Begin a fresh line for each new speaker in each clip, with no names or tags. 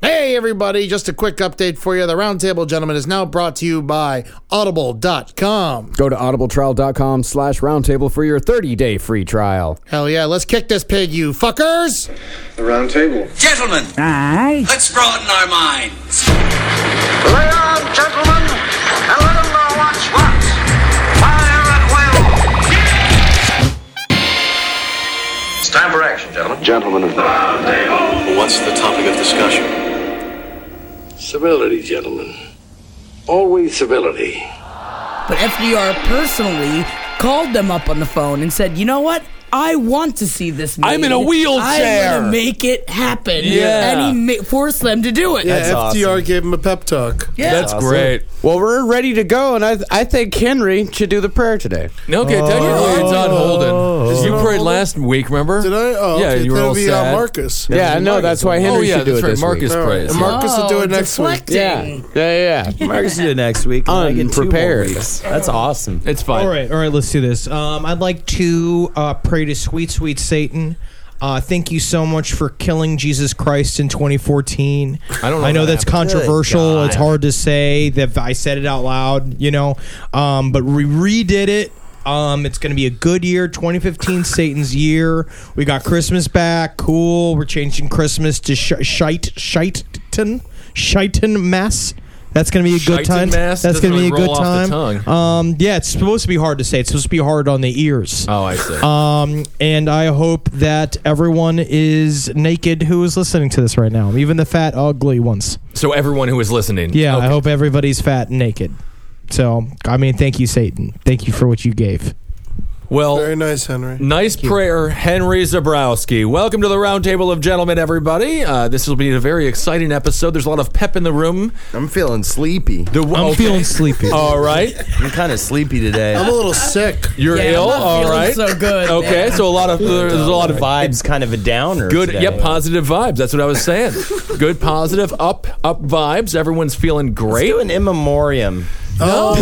Hey, everybody, just a quick update for you. The Roundtable Gentleman is now brought to you by Audible.com.
Go to audibletrial.com slash roundtable for your 30-day free trial.
Hell yeah, let's kick this pig, you fuckers!
The round table.
Gentlemen, let's broaden our minds.
Lay on, gentlemen, and let 'em know what's what. Fire at will. It's time for action, gentlemen.
Gentlemen of the.
What's the topic of discussion?
Civility, gentlemen. Always civility.
But FDR personally called them up on the phone and said, "You know what? I want to see this. Made.
I'm in a wheelchair."
I'm gonna make it happen."
Yeah.
and he ma- forced them to do it.
Yeah,
That's
FDR gave him a pep talk.
Yeah.
That's
awesome.
great.
Well, we're ready to go, and I, I think Henry should do the prayer today.
Okay, technically it's on Holden.
Is it
you
on
prayed
Holden?
last week, remember?
Did I? Oh,
yeah,
okay.
you were
That'd
all
be,
sad.
Uh, Marcus.
Yeah, I know. That's why Henry
oh yeah,
should do
that's
it
right.
this
Marcus
week.
All right.
prays.
And Marcus will do it next week.
deflecting.
Yeah, yeah, yeah.
Marcus did it next week. and I get two more
Unprepared.
weeks. That's awesome.
It's fine.
All right, all right, let's do this. Um, I'd like to uh, pray to sweet, sweet Satan. Uh, thank you so much for killing Jesus Christ in 2014.
I don't know
I know
if that
that's
happened.
controversial.
Good
It's
God.
hard to say that I said it out loud, you know. Um, but we redid it. Um, it's going to be a good year. 2015, Satan's year. We got Christmas back. Cool. We're changing Christmas to sh- shite, shiten, shiten mass. That's going to be a good
Shiten
time.
mass
That's going to
doesn't
be a
really
good
roll off the
time.
tongue.
Um, yeah, it's supposed to be hard to say. It's supposed to be hard on the ears.
Oh, I see.
Um, and I hope that everyone is naked who is listening to this right now, even the fat, ugly ones.
so everyone who is listening,
Yeah,
okay.
I hope everybody's fat and naked. So, I mean, thank you, Satan. Thank you for what you gave.
Very
Well,
nice, Henry.
nice prayer, Henry Zabrowski. Welcome to the roundtable of gentlemen, everybody. Uh, this will be a very exciting episode. There's a lot of pep in the room.
I'm feeling sleepy.
The,
I'm
okay.
feeling sleepy.
All right,
I'm kind of sleepy today.
I'm a little sick.
you're
Yeah, I'm
ill.
not
All
feeling
right,
so good,
Okay, so a lot of there's a lot of
vibes kind of a downer.
Good,
today.
yeah, positive vibes. That's what I was saying. Good, positive, up, up vibes. Everyone's feeling
Let's
great.
do an in memoriam.
Oh,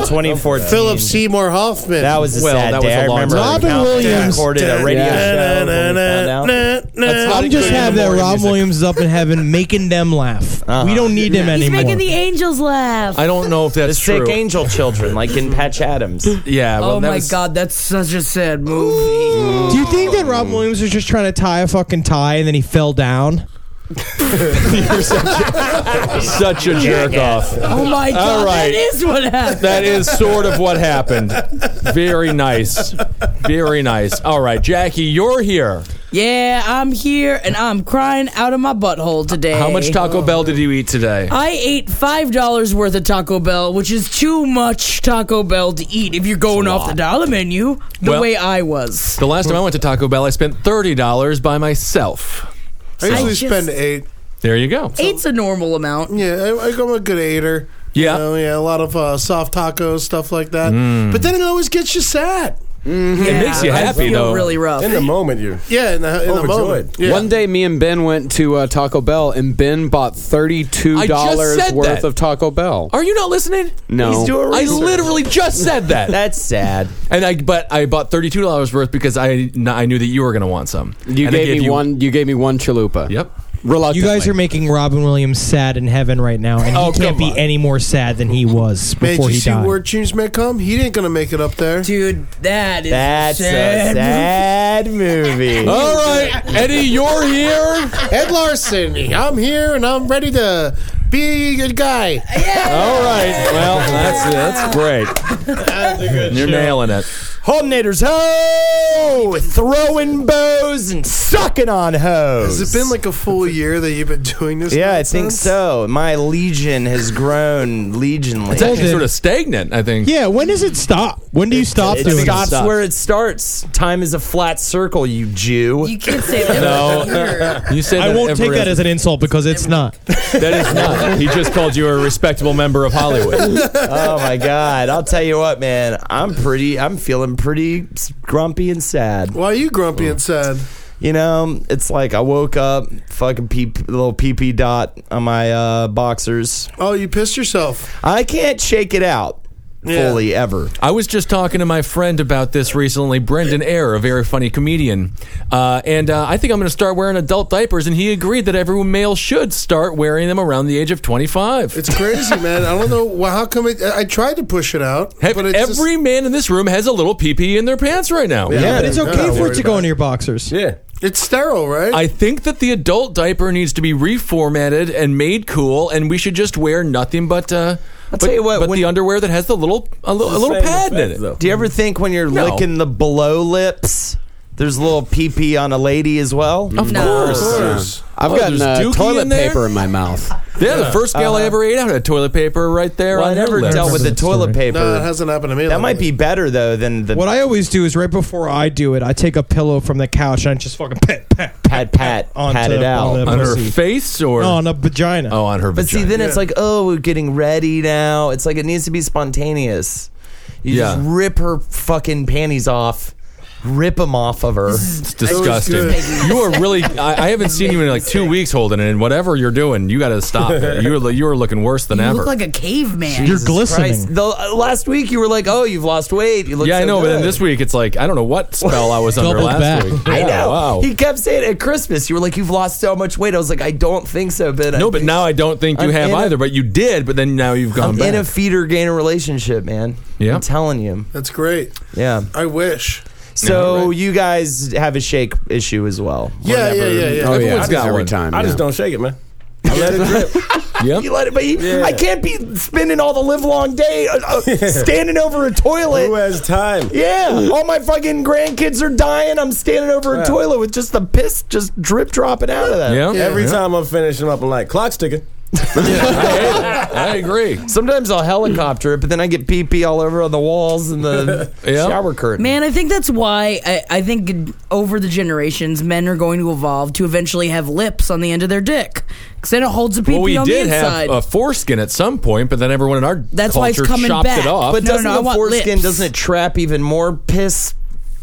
of 2014.
Philip Seymour Hoffman.
That was a
Well,
sad
that was
day.
a
I
long
remember
time
when
ago. Robin
Count
Williams.
recorded a radio show. when we found out.
That's
I'm just
good
happy that
in the
Rob
morning music.
Williams is up in heaven making them laugh.
Uh-huh.
We don't need him
He's
anymore.
making the angels laugh.
I don't know if
The
that's
sick
true.
angel children, like in Patch Adams.
Yeah. Well,
oh
that
my
was-
God, that's such a sad movie.
Do you think that Rob Williams was just trying to tie a fucking tie and then he fell down?
Such a jerk off.
Oh my God,
right.
that is what happened.
That is sort of what happened. Very nice. Very nice. All right, Jackie, you're here.
yeah, I'm here and I'm crying out of my butthole today.
How much Taco Bell did you eat today?
I ate five dollars worth of Taco Bell, which is too much Taco Bell to eat if you're going off the dollar menu. The
Well-
way I was.
The last time I went to Taco Bell, I spent $30 by myself.
I usually
I just-
spend eight.
There you go.
Eight's a normal amount.
Yeah, I, I, I'm a good eater.
Yeah.
You know, yeah, a lot of uh, soft tacos, stuff like that. But then it always gets you sad.
It makes you
I
happy,
feel
though.
really rough.
In the moment, you.
Yeah, in the, in the
Overjoyed.
moment. Yeah.
One day, me and Ben went to uh, Taco Bell, and Ben bought thirty-two
I just
dollars
said
worth
that.
of Taco Bell.
Are you not listening?
No.
He's doing
I
research.
literally just said that.
That's sad.
And I, but I bought thirty-two dollars worth because I, I knew that you were going to want some.
You
And I
gave, me one. You gave me one chalupa.
Yep.
Reluctantly.
You guys are making Robin Williams sad in heaven right now, and he
Oh,
can't
come
be
on.
any more sad than he was
Man,
before
did you
he
see
died.
where James may come? He ain't going to make it up there.
Dude, that is
That's a
sad.
sad movie.
All right, Eddie, you're here.
Ed Larson, I'm here and I'm ready to be a good guy.
All right. Well, that's that's great. You're nailing it.
Holdenators, ho! Throwing bows and sucking on hoes.
Has it been like a full year that you've been doing this?
Yeah, I
nonsense?
think so. My legion has grown legionly.
It's actually
Holden.
sort of stagnant. I think.
yeah, when does it stop? When do you stop
It
doing it?
stops where it starts. Time is a flat circle, you Jew.
You can't say that.
No, you said
I
that
won't take
every-
that as an insult because it's not.
that is not. He just called you a respectable member of Hollywood.
oh my God! I'll tell you what, man. I'm pretty. I'm feeling pretty s- grumpy and sad.
Why are you grumpy and sad?
You know, it's like I woke up, fucking pee, little PP dot on my uh, boxers.
Oh, you pissed yourself.
I can't shake it out. fully ever.
I was just talking to my friend about this recently, Brendan Eyre, a very funny comedian. Uh, and uh, I think I'm going to start wearing adult diapers. And he agreed that every male should start wearing them around the age of 25.
It's crazy, man. I don't know well, how come it. I I tried to push it out, but it's just-
every man in this room has a little pee pee in their pants right now.
Yeah, but it's
they're not
okay for it
worried
to go
about
into your boxers.
Yeah.
it's sterile, right?
I think that the adult diaper needs to be reformatted and made cool, and we should just wear nothing but. Uh, I'll
tell you what,
but
when-
the underwear that has the little a, li- a little pad in it.
Do you ever think when you're
No.
licking the below lips, there's a little pee pee on a lady as well?
Of
No.
course.
Of course.
I've
Oh,
gotten
there's
uh,
Dookie
toilet
in there?
paper in my mouth.
Yeah, the first gal I ever ate out had toilet paper right there
Uh-huh. Well, I
on her
never
lips.
dealt with the
that
toilet
story.
paper.
No, it hasn't happened to me.
that might be better though than the
What I always do is right before I do it, I take a pillow from the couch and I just fucking pat pat
pat pat
onto
pat it
the-
out.
on the-
on her
pussy.
face or
on a vagina.
oh on her
But see,
vagina.
then it's like, oh, we're getting ready now. It's like it needs to be spontaneous. You
Yeah.
just rip her fucking panties off, rip them off of her.
it's disgusting.
good.
You are really. I, I haven't seen you in like two weeks, Holden, and whatever you're doing, you got to stop it. You were you were looking worse than
You
ever.
look like a caveman.
You're glistening.
Christ, the, uh, last week you were like, oh, you've lost weight. You look
yeah, I
so
know. But then
good.
this week, it's like I don't know what spell I was under
Doubled
last
back.
week.
I
Yeah,
know.
Wow.
He kept saying at Christmas, you were like, you've lost so much weight. I was like, I don't think so, but I
no, but
think
now I don't think you
I'm
have
in a-
either. but you did. But then now you've gone
I'm
back.
in a feeder gainer relationship, man.
Yeah.
I'm telling you.
That's great.
Yeah.
I wish.
So you guys have a shake issue as well.
Yeah, yeah, yeah, yeah.
Oh yeah,
Everyone's got
every
one.
time.
I
yeah.
just don't shake it, man.
Yep.
You let it be. I can't be spending all the live long day uh, uh, standing over a
Who
toilet.
has time?
Yeah, all my fucking grandkids are dying. I'm standing over a
Yeah.
toilet with just the piss just drip dropping out of that.
Yeah.
Every time I'm finishing up, I'm like, clock's ticking.
I agree.
Sometimes I'll helicopter it, but then I get pee pee all over on the walls and the
Yeah.
shower curtain.
Man, I think that's why I, I think over the generations, men are going to evolve to eventually have lips on the end of their dick. Because then it holds the pee
Well, we
on
did
the inside.
have a foreskin at some point, but then everyone in our
That's why it's
culture
coming
chopped
back.
it off.
but
No, no,
doesn't
no, I
the
want
foreskin
lips.
doesn't it trap even more piss?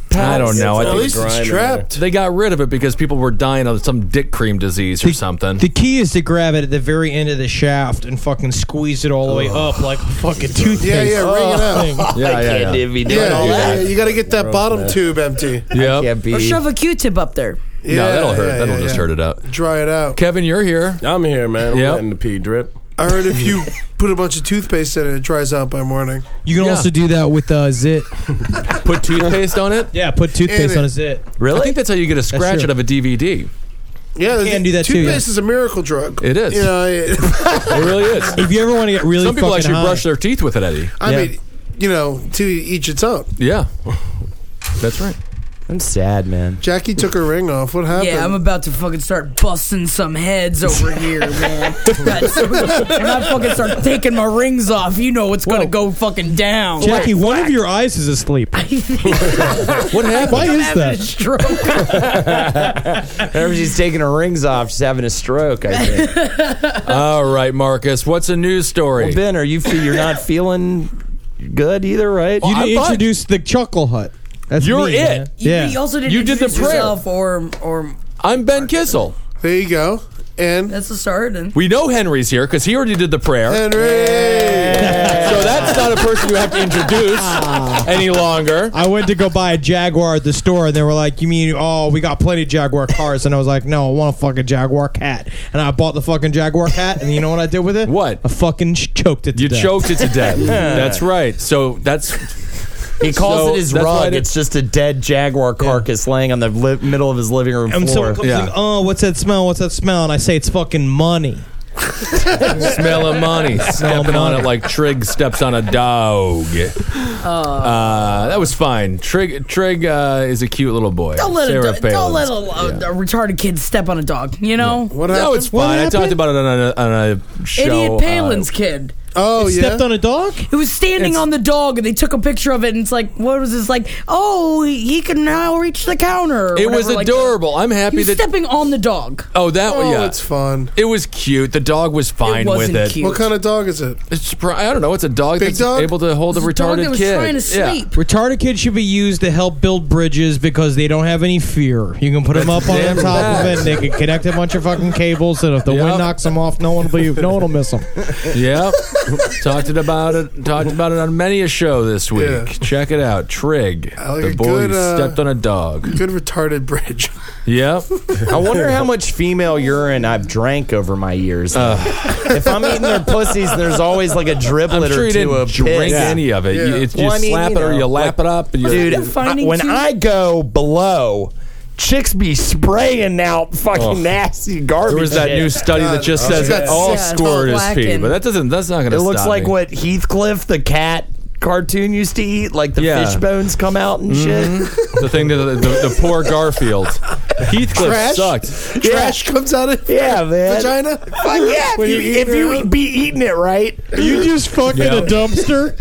I don't
pals?
know. I
At
think
least
grime
it's
in
trapped.
They got rid of it because people were dying of some dick cream disease or something.
The key is to grab it at the very end of the shaft and fucking squeeze it all the way up like a fucking toothpaste.
Yeah, yeah, ring it up.
Thing.
yeah, yeah, yeah.
be
Yeah, yeah, yeah, you got to get that bottom tube empty.
Yep.
Can't be.
or shove a Q-tip up there.
Yeah,
no, that'll hurt.
yeah,
that'll
yeah,
just
yeah.
hurt it out.
Dry it out.
Kevin, you're here.
I'm here, man. I'm
Yep.
letting the pee drip.
I heard if you put a bunch of toothpaste in it, it dries out by morning.
You can
Yeah.
also do that with uh, zit.
Put toothpaste on it.
Yeah, put toothpaste
it.
on a zit.
I think that's how you get a scratch
true.
out of a DVD.
Yeah,
can
the-
do that too,
Toothpaste
yeah.
is a miracle drug.
It is.
You know, I,
It really is.
If you ever want to get really
Some people
fucking
actually
high,
brush their teeth with it, Eddie.
I
Yeah.
mean, you know, to each its own.
Yeah. That's right.
I'm sad, man.
Jackie took her ring off. What happened?
Yeah, I'm about to fucking start busting some heads over here, man. That's- when I fucking start taking my rings off, you know it's gonna go fucking down.
Jackie, one of your eyes is asleep.
What happened?
Why is
Having a
that?
stroke.
Whenever she's taking her rings off, she's having a stroke. I think.
All right, Marcus. What's a news story?
ben, are you? You're not feeling good either, right?
You
I
didn't
thought-
introduce the chuckle hut. That's
You're
me,
it.
man.
You,
Yeah.
you also didn't
You did the
introduce
prayer.
yourself or or
I'm Ben Kissel.
there you go. And
that's the start. And
We know Henry's here because he already did the prayer.
Henry.
So that's not a person you have to introduce any longer.
I went to go buy a Jaguar at the store, and they were like, "You mean oh, we got plenty of Jaguar cars?" And I was like, "No, I want a fucking Jaguar cat." And I bought the fucking Jaguar cat, and you know what I did with it?
What?
I fucking ch- choked it. To
You
death.
choked it to death. That's right. So that's
He calls
So
it his
that's why I
rug.
did-
It's just a dead jaguar carcass laying on the li- middle of his living room
And
floor.
someone comes
Yeah.
like, "Oh, what's that smell? What's that smell?" And I say, "It's fucking money."
smell of money. Stepping on
money.
it like Trig steps on a dog.
Oh.
Uh, that was fine. Trig Trig uh, is a cute little boy.
don't let a,
Sarah
do- don't let a,
Palin's-
a, a retarded kid step on a dog. You know,
What happened?
No, it's fine. I talked about it on a, on a show.
idiot Palin's
uh,
kid.
oh, yeah.
Stepped on a dog.
who was standing
It's-
on the dog and they took a picture of it and it's like what was this like oh he can now reach the counter or
it was
whatever, like,
adorable. I'm
he
happy
was
that.
stepping on the dog
oh, that
Oh,
yeah.
it's fun.
it was cute. The dog was fine
wasn't
with it.
cute.
What kind of dog is it?
It's, pr- I don't know. It's a dog
Big
that's
dog?
able to hold a
It was
retarded
a dog that was
kid.
trying to
Yeah.
sleep
Retarded kids should be used to help build bridges because they don't have any fear. You can put them up on
Damn
the top of
right.
it. And they can connect a bunch of fucking cables, and if the
Yep.
wind knocks them off, no one will be, no one will miss them.
Yeah. talked it about it. Talked about it on many a show this week. Check it out. Trig,
like
the
a
boy
good,
who
uh,
stepped on a dog.
Good retarded bridge.
Yep.
I wonder how much female urine I've drank over my years. if I'm eating their pussies, there's always like a driblet
I'm sure
or
you
two
didn't
of
drink
piss.
any of it. You- it's- you slap it or you lap it up and you-
dude,
Are you finding
I- when
two-
I go below, chicks be spraying out fucking
Oh.
nasty garbage.
There was that
shit.
new study that just says that all squirt is pee, but that doesn't. That's not going to.
It looks
stop
like
me.
what Heathcliff the cat cartoon used to eat, like the
Yeah. Mm-hmm.
fish bones come out and shit.
the thing that the, the, the poor Garfield Heathcliff
Trash?
sucked.
Trash
comes out of
yeah, man.
vagina?
Fuck yeah! If
When
you,
you eat
if you
it.
be eating it right,
You just fucking
Yeah.
a dumpster.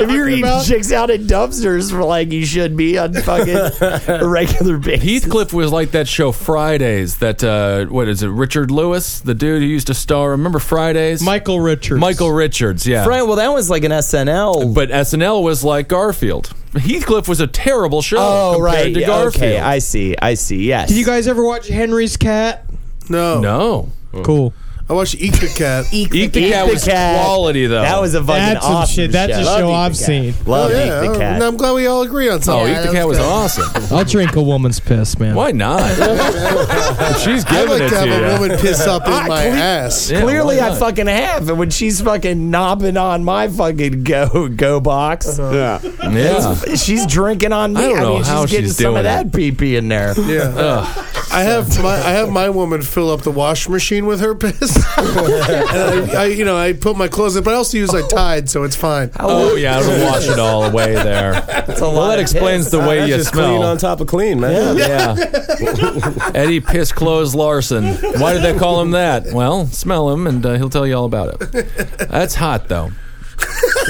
if you're eating chicks out at dumpsters for like you should be on fucking a regular basis.
Heathcliff was like that show Fridays. That uh, what is it? Richard Lewis, the dude who used to star. Remember Fridays?
Michael Richards.
Michael Richards. Yeah.
Right, well, that was like an SNL.
but SNL was like Garfield. Heathcliff was a terrible show.
Oh,
compared
right.
To
yeah,
Garfield.
Okay, I see. I see. Yes.
Did you guys ever watch Henry's Cat?
No.
No.
Cool.
I watched Eat the Cat.
Eat
Eat the Cat was quality though.
That was a fucking
That's some
awesome
shit. That's a
Love
show
Eat the
I've
Cat.
seen.
Love
Oh, yeah,
uh,
Eat the Cat.
and I'm glad we all agree on
Oh,
something.
Eat the Cat was awesome.
I'll drink a woman's piss, man.
Why not? If She's
I'd
giving
like
it
to
to,
have
you.
a woman piss up in
I
my
cle-
ass.
Yeah,
Clearly,
why
I
not?
fucking have, and when she's fucking knobbing on my fucking go go box,
Uh-huh.
Yeah.
she's drinking on me.
I don't know
mean,
how
she's getting
she's
some of
doing
that
it.
pee pee in there.
Yeah. I have my I have my woman fill up the wash machine with her piss. and I, I you know I put my clothes in, but I also use like Tide, so it's fine.
Oh yeah, I don't wash it all away there. well, that explains the way you
just clean
smell.
on top of clean, man.
Yeah, Eddie Piss Clothes Larson. Why did they call him that? Well, smell him, and uh, he'll tell you all about it. That's hot though.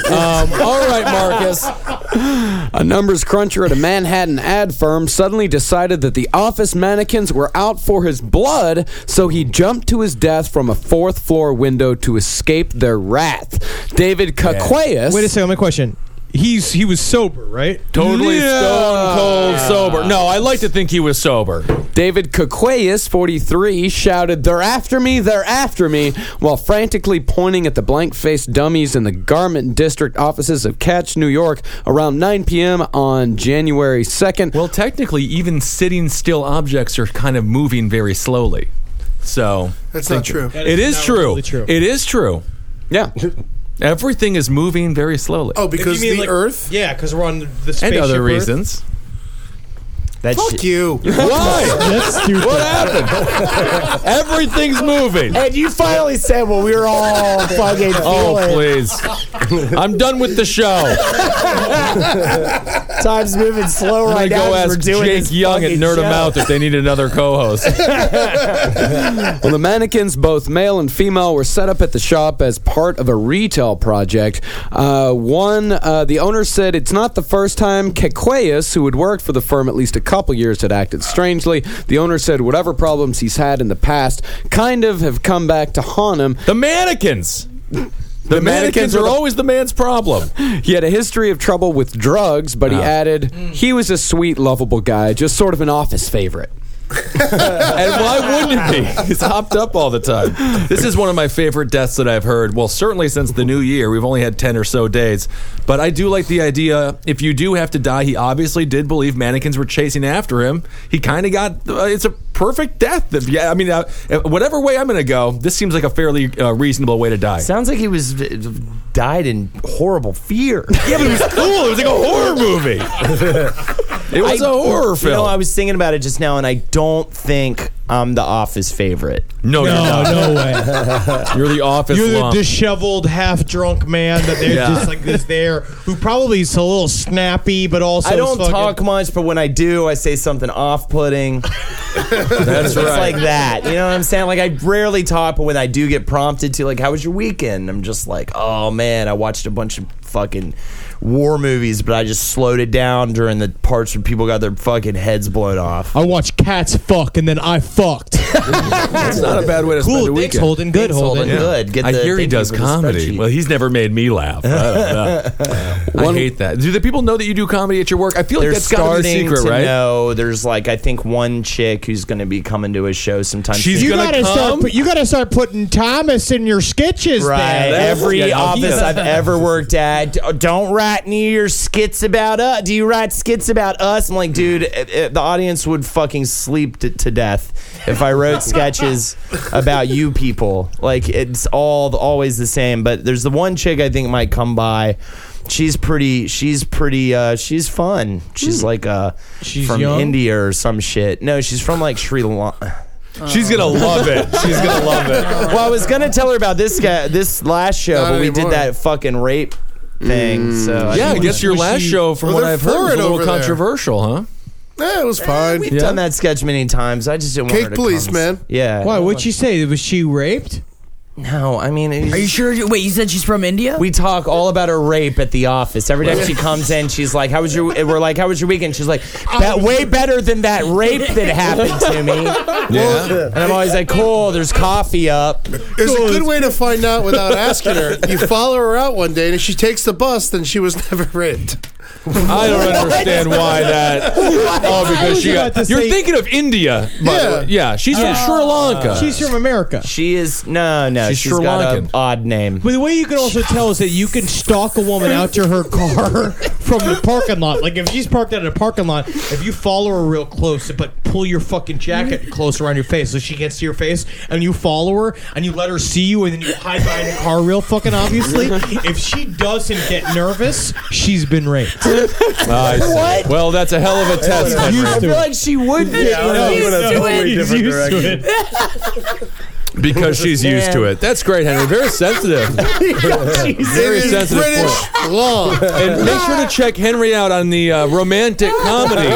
Um, all right, Marcus.
A numbers cruncher at a Manhattan ad firm suddenly decided that the office mannequins were out for his blood, so he jumped to his death from a fourth floor window to escape their wrath. David Caqueus.
Wait a second. My question. He's he was sober, right?
Totally
Yeah.
stone cold sober. No, I like to think he was sober.
David Caqueus, 43, shouted, They're after me, they're after me, while frantically pointing at the blank faced dummies in the garment district offices of Catch, New York, around 9 p.m. on January 2nd.
Well, technically, even sitting still objects are kind of moving very slowly. So
That's not true.
it is,
not
true.
really true.
It is true.
Yeah.
Everything is moving very slowly.
Oh, because the Earth.
Yeah, because we're on the, the
and
spaceship
other
Earth.
reasons.
That
Fuck
shit.
you.
Why?
That's stupid.
What happened? Everything's moving.
And you finally said, "Well, we were all fucking."
Oh,
feeling.
please. I'm done with the show.
Time's moving slow
I'm
right
going to
now.
Oh. go
'cause
ask
we're doing
Jake
this
Young at
fucking
Nerd 'em
show.
Out if they need another co host.
Well, the mannequins, both male and female, were set up at the shop as part of a retail project. Uh, one, uh, the owner said it's not the first time Kequeus, who had worked for the firm at least a couple years, had acted strangely. The owner said whatever problems he's had in the past kind of have come back to haunt him.
The mannequins. The, mannequins,
mannequins
are
are the-
always the man's problem.
He had a history of trouble with drugs, but he added he was a sweet, lovable guy, just sort of an office favorite.
And why wouldn't it be? He's hopped up all the time. This is one of my favorite deaths that I've heard. Well, certainly since the new year. We've only had 10 or so days. But I do like the idea if you do have to die, he obviously did believe mannequins were chasing after him. He kind of got uh, it's a perfect death. If- Yeah, I mean, uh, whatever way I'm going to go, this seems like a fairly uh, reasonable way to die.
Sounds like he was uh, died in horrible fear.
Yeah, but it was cool. It was like a horror movie. It was a horror film.
You know, I was thinking about it just now, and I don't think I'm the Office favorite.
no, you're
No,
not.
no way.
You're the office
You're the
lump.
disheveled, half-drunk man that they're
Yeah.
just like this there, who probably is a little snappy, but also
I
is
don't
fucking-
talk much, but when I do, I say something off-putting. It's
That's right.
like that. You know what I'm saying? Like I rarely talk, but when I do get prompted to, like, how was your weekend? I'm just like, oh man, I watched a bunch of fucking war movies, but I just slowed it down during the parts where people got their fucking heads blown off.
I watched cats fuck and then I fucked.
That's
not a bad way to spend a weekend. Holden, good,
Thanks,
Holden.
Yeah.
good. Get
I
the
hear he
thank
does
you for the
comedy.
spreadsheet.
Well, he's never made me laugh. I, don't know. I hate that. Do the people know that you do comedy at your work? I feel like
They're
that's got to be the
starting
secret,
to
right?
know. There's like I think one chick who's going to be coming to a show sometime.
She's
soon.
you gotta start. put- You gotta start putting Thomas in your sketches.
Right.
then.
Every
Yeah, no, he
office
does.
I've ever worked at, "D- don't write near your skits about us. Do you write skits about us? I'm like, dude, it, it- the audience would fucking sleep to, to death if I wrote sketches about you people. Like, it's all the- always the same. But there's the one chick I think might come by. She's pretty. She's pretty. uh She's fun. She's like uh,
Hmm. she's
from
young?
India or some shit. No, she's from like Sri Lanka.
She's gonna love it. She's gonna love it.
Well, Oh. I was gonna tell her about this guy, this last show,
Not
but we
anymore.
did that fucking rape thing. So
Yeah, I
didn't
guess your
wanna-
last show, from
Well,
what
they're
I've heard, was a
Florida
little
over there.
controversial, huh?
Yeah, it was fine.
We've done that sketch many times. I just didn't want
Cake
her to
police,
come.
man.
Yeah.
Why? What'd she say? Was she raped?
No, I mean,
Are you sure? you- Wait, you said she's from India?
we talk all about her rape at the office. Every time she comes in, she's like, "How was your?" We're like, "How was your weekend?" She's like, "That way better than that rape that happened to me."
Yeah.
And I'm always like, "Cool, there's coffee up."
There's a good way to find out without asking her. You follow her out one day, and if she takes the bus, then she was never raped.
I don't understand why that. Oh, because she
I was
got.
about to
You're
say-
thinking of India, by yeah.
Yeah.
the way. Yeah, she's
Oh.
from Sri Lanka.
She's from America.
She is no, no.
She's
She's,
Sri
got
Lankan.
an odd name.
But the way you can also tell is that you can stalk a woman out to her car from the parking lot. Like if she's parked out in a parking lot, if you follow her real close, but pull your fucking jacket close around your face so she can't see your face, and you follow her and you let her see you, and then you hide behind the car real fucking obviously. If she doesn't get nervous, she's been raped.
I see.
What?
Well, that's a hell of a test.
She's
my
used
friend.
to
I feel
it.
like she would be.
Yeah, I
No,
was
he's
going a
doing-
totally
he's
different
used to
direction.
it.
Because she's used to it. That's great, Henry. Very sensitive. Very
It is
sensitive.
British
point.
law.
And make sure to check Henry out on the uh, romantic comedy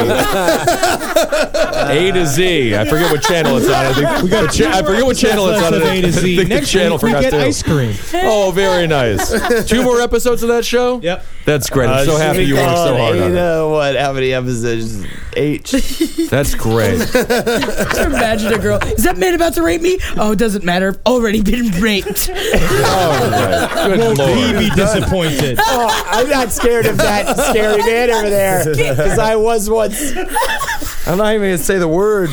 A to Z. I forget what channel it's on. I think we got I forget what channel it's on.
A to Z.
I think
Next
the channel
week we
forgot
get
to.
ice cream.
Oh, very nice. Two more episodes of that show.
Yep.
That's great. I'm so
Uh,
happy
she's
you worked so
on
hard
eight,
on it.
uh, what? How many episodes? Eight.
That's great.
Just imagine a girl. Is that man about to rape me? Oh, it doesn't matter. I've already been raped.
All right. Good
Won't he
lord.
be disappointed?
oh, I'm not scared of that scary man over there because I was once. I'm not even gonna say the word.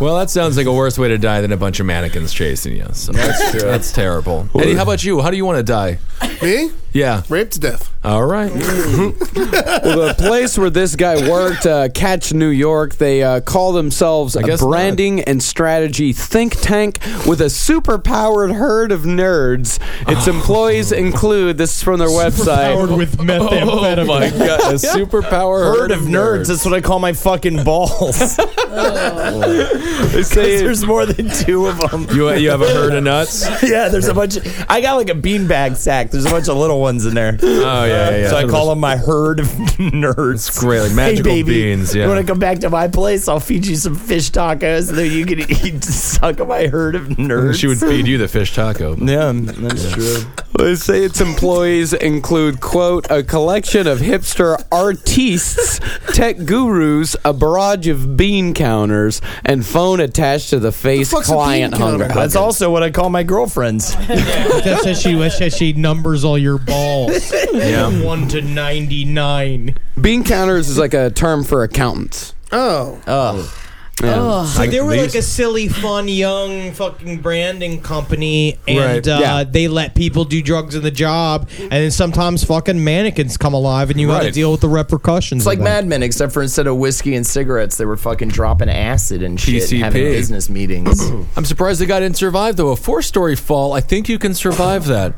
Well, that sounds like a worse way to die than a bunch of mannequins chasing you. So that's,
true.
that's terrible. Eddie, how about you? How do you want to die?
Me?
Yeah.
Raped to death.
All right.
well, the place where this guy worked, uh, Catch New York, they uh, call themselves a
guess
branding and strategy think tank with a super powered herd of nerds. Its employees include this is from their
Powered
website.
with methamphetamine.
Oh my god, a superpower
Herd of nerds. That's what I call my fucking balls.
They say
there's more than two of them.
You you have a herd of nuts?
Yeah, there's a bunch. Of, I got like a beanbag sack. There's a bunch of little ones in there.
Oh yeah, yeah. yeah.
So I call them my herd of nerds.
It's great, like magical
hey, baby,
beans, yeah.
You want to come back to my place? I'll feed you some fish tacos, and then you can eat suck of my herd of nerds.
She would feed you the fish taco.
Yeah, that's true.
They say its employees include, quote, a collection of hipster artistes, tech gurus, a barrage of bean counters, and phone attached to the face
fuck's a bean
client
counter?
hunger.
That's also what I call my girlfriends.
That's how she. That's how she numbers all your balls.
Yeah.
One to ninety nine.
Bean counters is like a term for accountants.
Oh,
Yeah.
So
Like
they were
these-
like a silly, fun, young fucking branding company, and
Right.
uh,
Yeah.
they let people do drugs in the job, and then sometimes fucking mannequins come alive, and you got to
Right.
deal with the repercussions.
It's
of
like
that.
Mad Men, except for instead of whiskey and cigarettes, they were fucking dropping acid and shit, and
PCP.
having business meetings.
I'm surprised the guy didn't survive though. A four story fall. I think you can survive that.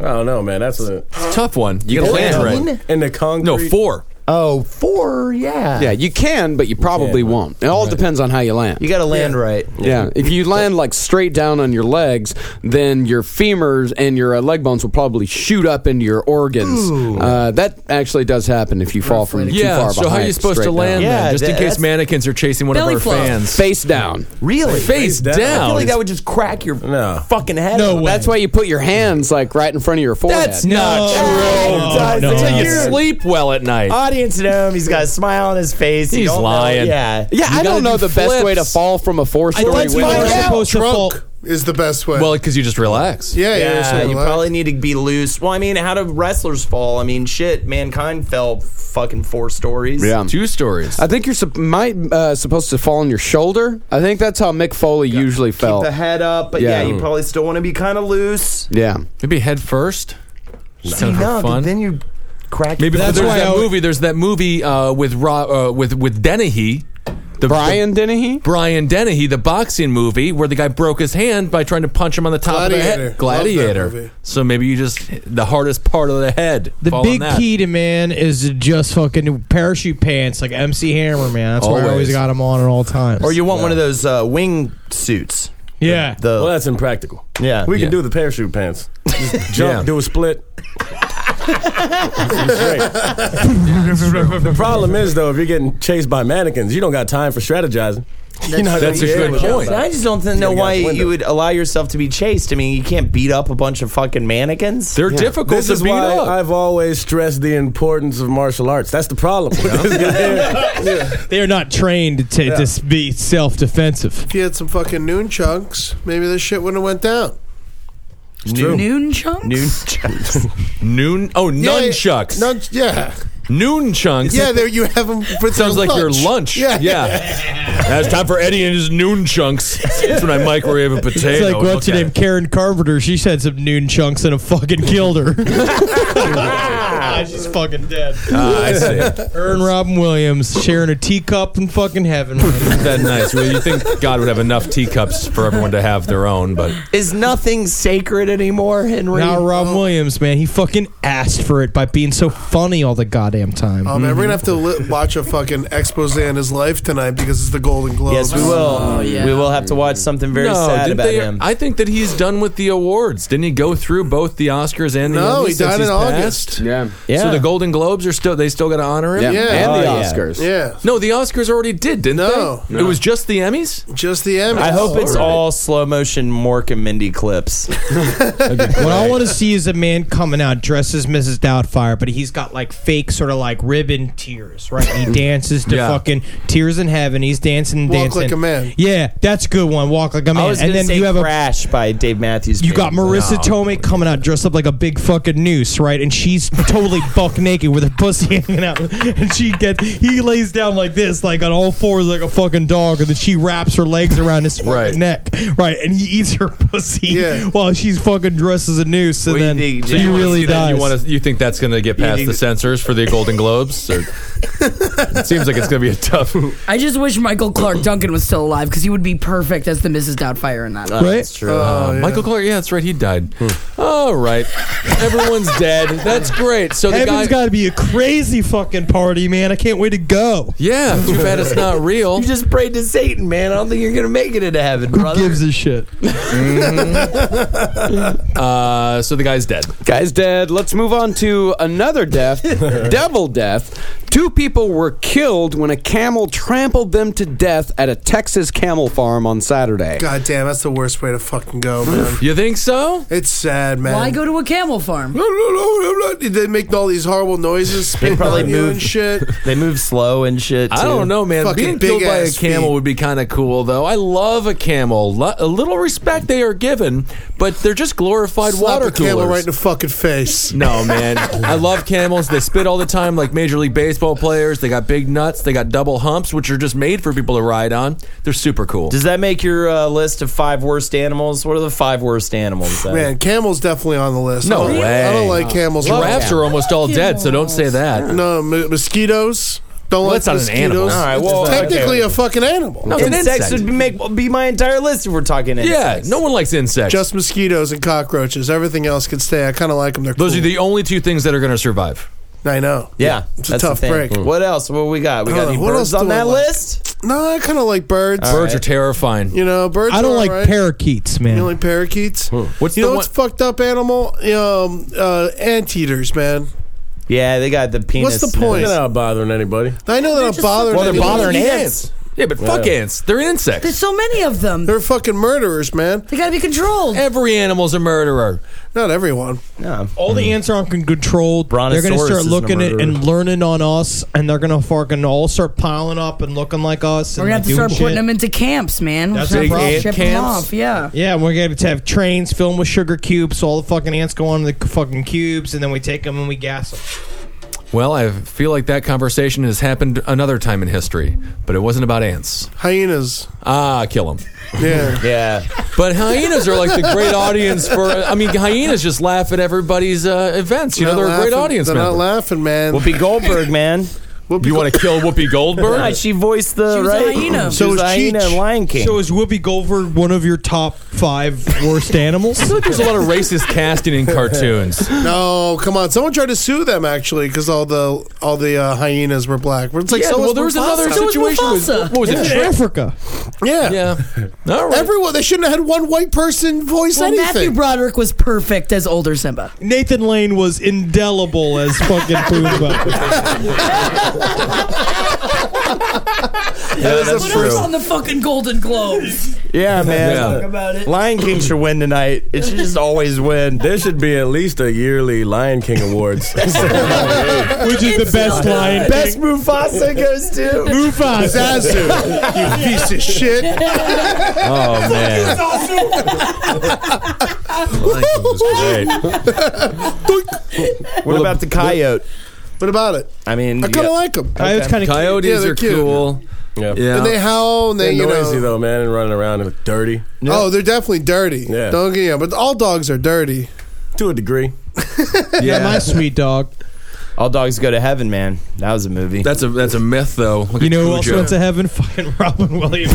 I don't know, man. That's a
It's a tough one. You gotta
Four?
land right.
in the concrete.
No, four.
Oh, four, yeah.
Yeah, you can, but you probably
can't.
won't. It all depends on how you land.
You gotta land Yeah. right.
Yeah. If you land like straight down on your legs, then your femurs and your uh, leg bones will probably shoot up into your organs.
Ooh.
Uh, that actually does happen if you fall from too
yeah,
far
so how are
behind
you supposed
straight
to land
down.
then? just in case mannequins are chasing one of
Belly
our
flop.
fans.
Face down.
Really?
Face, down.
I feel like that would just crack your fucking head.
No
open.
That's why you put your hands like right in front of your forehead.
That's not No,
true.
no, no.
you sleep well at night.
Audience at home, he's got a smile on his face. You
He's
don't know-
lying.
Yeah,
Yeah, I don't know the best way to fall from a four-story
Let's
window.
find out.
Drunk is the best way.
Well, because you just relax.
Yeah, yeah, so
you
relax.
probably need to be loose. Well, I mean, how do wrestlers fall? I mean, shit, mankind fell fucking four stories.
Yeah.
Two stories.
I think you're sup- might uh, supposed to fall on your shoulder. I think that's how Mick Foley usually fell.
The head up, but Oh. yeah,
Yeah.
you probably still want to be kind of loose.
yeah,
maybe head first.
See, no, but then you crack.
Maybe
your-
there's that movie. There's that movie uh, with Ro- uh, with with Dennehy. The,
Brian Dennehy.
Brian Dennehy, the boxing movie where the guy broke his hand by trying to punch him on the top of the
Gladiator.
head. Gladiator. So maybe you just hit the hardest part of the head.
The
Fall on
big
that.
key to man is to just fucking parachute pants like MC Hammer, man. That's why I
Always.
always got them on at all times.
Or you want one of those uh, wing suits.
Yeah.
The,
well, that's impractical.
Yeah.
We can
Yeah.
do the parachute pants. Just jump, do a split. the problem is though, if you're getting chased by mannequins, you don't got time for strategizing. You know,
That's
the
a
air
good
was out.
point. I just don't
It's
know
gonna go
why
out the window.
you would allow yourself to be chased. I mean, you can't beat up a bunch of fucking mannequins.
Yeah. This is why I've always stressed the importance of martial arts. That's the problem.
They are not trained to
Yeah.
just be self defensive.
If you had some fucking noon chunks, maybe this shit wouldn't have went down.
true.
Noon chunks?
Noon chunks.
Noon. Oh,
Yeah,
nunchucks.
nun- yeah.
Noon chunks.
Yeah, there you have them. For
Sounds
your
like your lunch.
Yeah.
yeah. Now it's time for Eddie and his noon chunks. That's when I microwave a potato.
It's like
and
what's her
look at
name, Karen Carpenter. She said some noon chunks and a fucking killed her. She's fucking dead.
Ah, I see.
her and Robin Williams sharing a teacup in fucking heaven.
Isn't that nice? Well, you think God would have enough teacups for everyone to have their own, but
Is nothing sacred anymore, Henry?
Now Robin Williams, man, he fucking asked for it by being so funny all the goddamn time.
Oh man, we're gonna have to li- watch a fucking expose on his life tonight because it's the Golden Globes.
Yes, we will. We will have to watch something very sad
didn't
about
they-
him.
I think that he's done with the awards. Didn't he go through both the Oscars and the
No,
Emmys
he
since
died in
he's
August.
passed?
Yeah.
Yeah.
So the Golden Globes are still they still got to honor him.
Yeah. Yeah. And the Oh, yeah. Oscars.
Yeah.
No, the Oscars already did, didn't
No.
they? It was just the Emmys.
Just the Emmys. Oh,
I hope it's all slow motion Mork and Mindy clips.
What I want to see is a man coming out dressed as Mrs. Doubtfire, but he's got like fake sort of like ribbon tears, right? He dances to
Yeah.
fucking Tears in Heaven. He's dancing,
Walk
dancing.
Like a Man.
Yeah, that's a good one. Walk like a man.
I was
and
gonna
then
say
you have a
Crash by Dave Matthews.
you got
Band.
Marissa
No.
Tomei coming out dressed up like a big fucking noose, right? And she's totally buck naked with her pussy hanging out, and she gets he lays down like this, like on all fours, like a fucking dog, and then she wraps her legs around his fucking
Right.
neck, right? And he eats her pussy
Yeah.
while she's fucking dressed as a noose, and
What do you
then
think,
he
Jay?
wanna
really
see that?
dies.
You want to? You think that's going to get past
think
the censors for the Golden Globes? Or- it seems like it's going to be a tough.
I just wish Michael Clark Duncan was still alive because he would be perfect as the Mrs. Doubtfire in that.
Oh,
Right?
That's true.
Uh, Michael Clark, yeah, that's right. He died.
Hmm.
All right, everyone's dead. That's great. So the guy,
Heaven's got to be a crazy fucking party, man! I can't wait to go.
yeah, too bad it's not real.
you just prayed to Satan, man. I don't think you're gonna make it into heaven, brother.
Gives a shit.
Uh, so the guy's dead.
Guy's dead. Let's move on to another death, devil death. Two people were killed when a camel trampled them to death at a Texas camel farm on Saturday.
God damn, that's the worst way to fucking go, man.
You think so?
It's sad, man.
Why go to a camel farm?
No, no, no, no, no. They make all these horrible noises, spitting
probably
on you and
moved.
shit.
They move slow and shit.
I
too.
don't know, man.
Fucking
Being killed
big
by a
ass
camel
feet.
would be kind of cool, though. I love a camel. Lo- a little respect they are given, but they're just glorified
Slap
water
a camel
coolers.
right in the fucking face.
no, Oh, man. I love camels. They spit all the time, like Major League Baseball players. They got big nuts. They got double humps, which are just made for people to ride on. They're super cool.
Does that make your uh, list of five worst animals? What are the five worst animals? Uh, then?
Man, camels definitely on the list.
No
I don't,
way.
I don't like camels.
Giraffes are almost all dead, so don't say that.
No, m- mosquitoes. Don't
Well,
like
that's not an
mosquitoes.
animal. All right,
It's
well,
technically a fucking animal.
No, it's an
Insects
insect.
would be, make, be my entire list if we're talking
yeah,
insects.
no one likes insects.
Just mosquitoes and cockroaches. Everything else can stay. I kind of like them. They're
Those
cool.
are the only two things that are going to survive.
I know.
Yeah,
it's a
that's the
tough
thing.
break.
Mm.
What else? Uh, What we got? We got any birds on that list?
No, I kind of like birds.
Birds are terrifying.
You know, birds.
I don't
are
like
alright.
parakeets, man.
You don't like parakeets?
What's
you
the
know
one-
what's fucked up animal? Um, uh, anteaters, man.
Yeah, they got the penis.
What's the point?
They're not bothering anybody.
I know they're not bothering.
Well, they're
anybody.
bothering
They're
ants.
Yeah, but fuck ants. They're insects.
There's so many of them.
They're fucking murderers, man.
They gotta be controlled.
Every animal's a murderer.
Not everyone.
No.
All the ants aren't controlled. They're going to
Brontosaurus
start
is a
looking at
murderer.
and learning on us, and they're going to fucking all start piling up and looking like us.
We're
and
gonna have to
doing
start putting
shit.
them into camps, man.
That's
We're
big
gonna
ant
ship them
camps?
off. Yeah.
Yeah, and we're going to have trains filled with sugar cubes. So all the fucking ants go on the fucking cubes, and then we take them and we gas them.
Well, I feel like that conversation has happened another time in history, but it wasn't about ants.
Hyenas.
Ah, kill them.
Yeah.
yeah.
But hyenas are like the great audience for. I mean, hyenas just laugh at everybody's uh, events. You know,
not
they're a great
laughing-
audience
They're
member.
not laughing, man.
Whoopi Goldberg, man.
you want to kill Whoopi Goldberg?
Yeah, she voiced the
She was a
right.
hyena.
She was a hyena in Lion King.
So is Whoopi Goldberg one of your top five worst animals?
I feel like there's a lot of racist casting in cartoons.
No, come on. Someone tried to sue them actually because all the all the uh, hyenas were black. But it's like
yeah,
so was
well, there was
Mufasa.
another
So was
situation. with-
Mufasa.
what was it?
in Africa.
Yeah.
Yeah. All right.
Everyone, they shouldn't have had one white person voice
Well, Matthew
anything.
Broderick was perfect as older Simba.
Nathan Lane was indelible as fucking Pumbaa.
Yeah, that's
What else
true.
on the fucking Golden Globes?
Yeah,
Yeah.
man. Lion King should win tonight. It should just always win.
There should be at least a yearly Lion King awards.
Which is the best lion.
Best Mufasa goes to.
Mufasa.
Zazu, you piece of shit.
Oh man. What about the coyote?
What about it?
I mean,
I
Uh,
you
kind of
got-
like them.
I was kind of
Coyotes
Yeah, they're
are
cute.
cool.
yeah.
Yeah.
And they howl and
They're
they, you
noisy
know.
though, man, and running around and dirty
Oh, they're definitely dirty.
Yeah.
Don't get yeah, but all dogs are dirty.
to a degree.
yeah, my sweet dog.
all dogs go to heaven, man. That was a movie.
That's a that's a myth, though. Look
You
at
know who else
Cujo.
went to heaven? Fucking Robin Williams.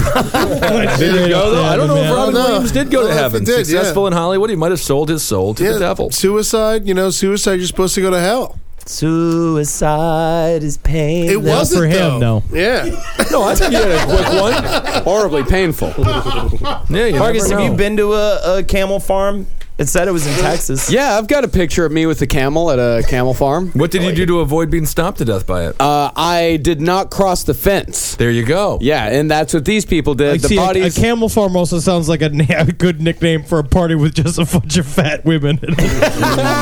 Did he go though? I don't know if Robin
No.
Williams did go
I don't
to
know if
heaven.
Oh, he did,
Successful in Hollywood, he might have sold his soul to the devil.
Suicide, you know, suicide. You're supposed to go to hell.
Suicide is pain.
It wasn't
for him,
though. Yeah.
No, I think you had a quick one.
Horribly painful.
Yeah, you
Marcus, have
never
you
know.
been to a, a camel farm? It said it was in Texas.
Yeah, I've got a picture of me with a camel at a camel farm.
What did you do to avoid being stomped to death by it?
Uh, I did not cross the fence.
There you go.
Yeah, and that's what these people did. the
see, a-
bodies.
a, camel farm also sounds like a, na- a good nickname for a party with just a bunch of fat women.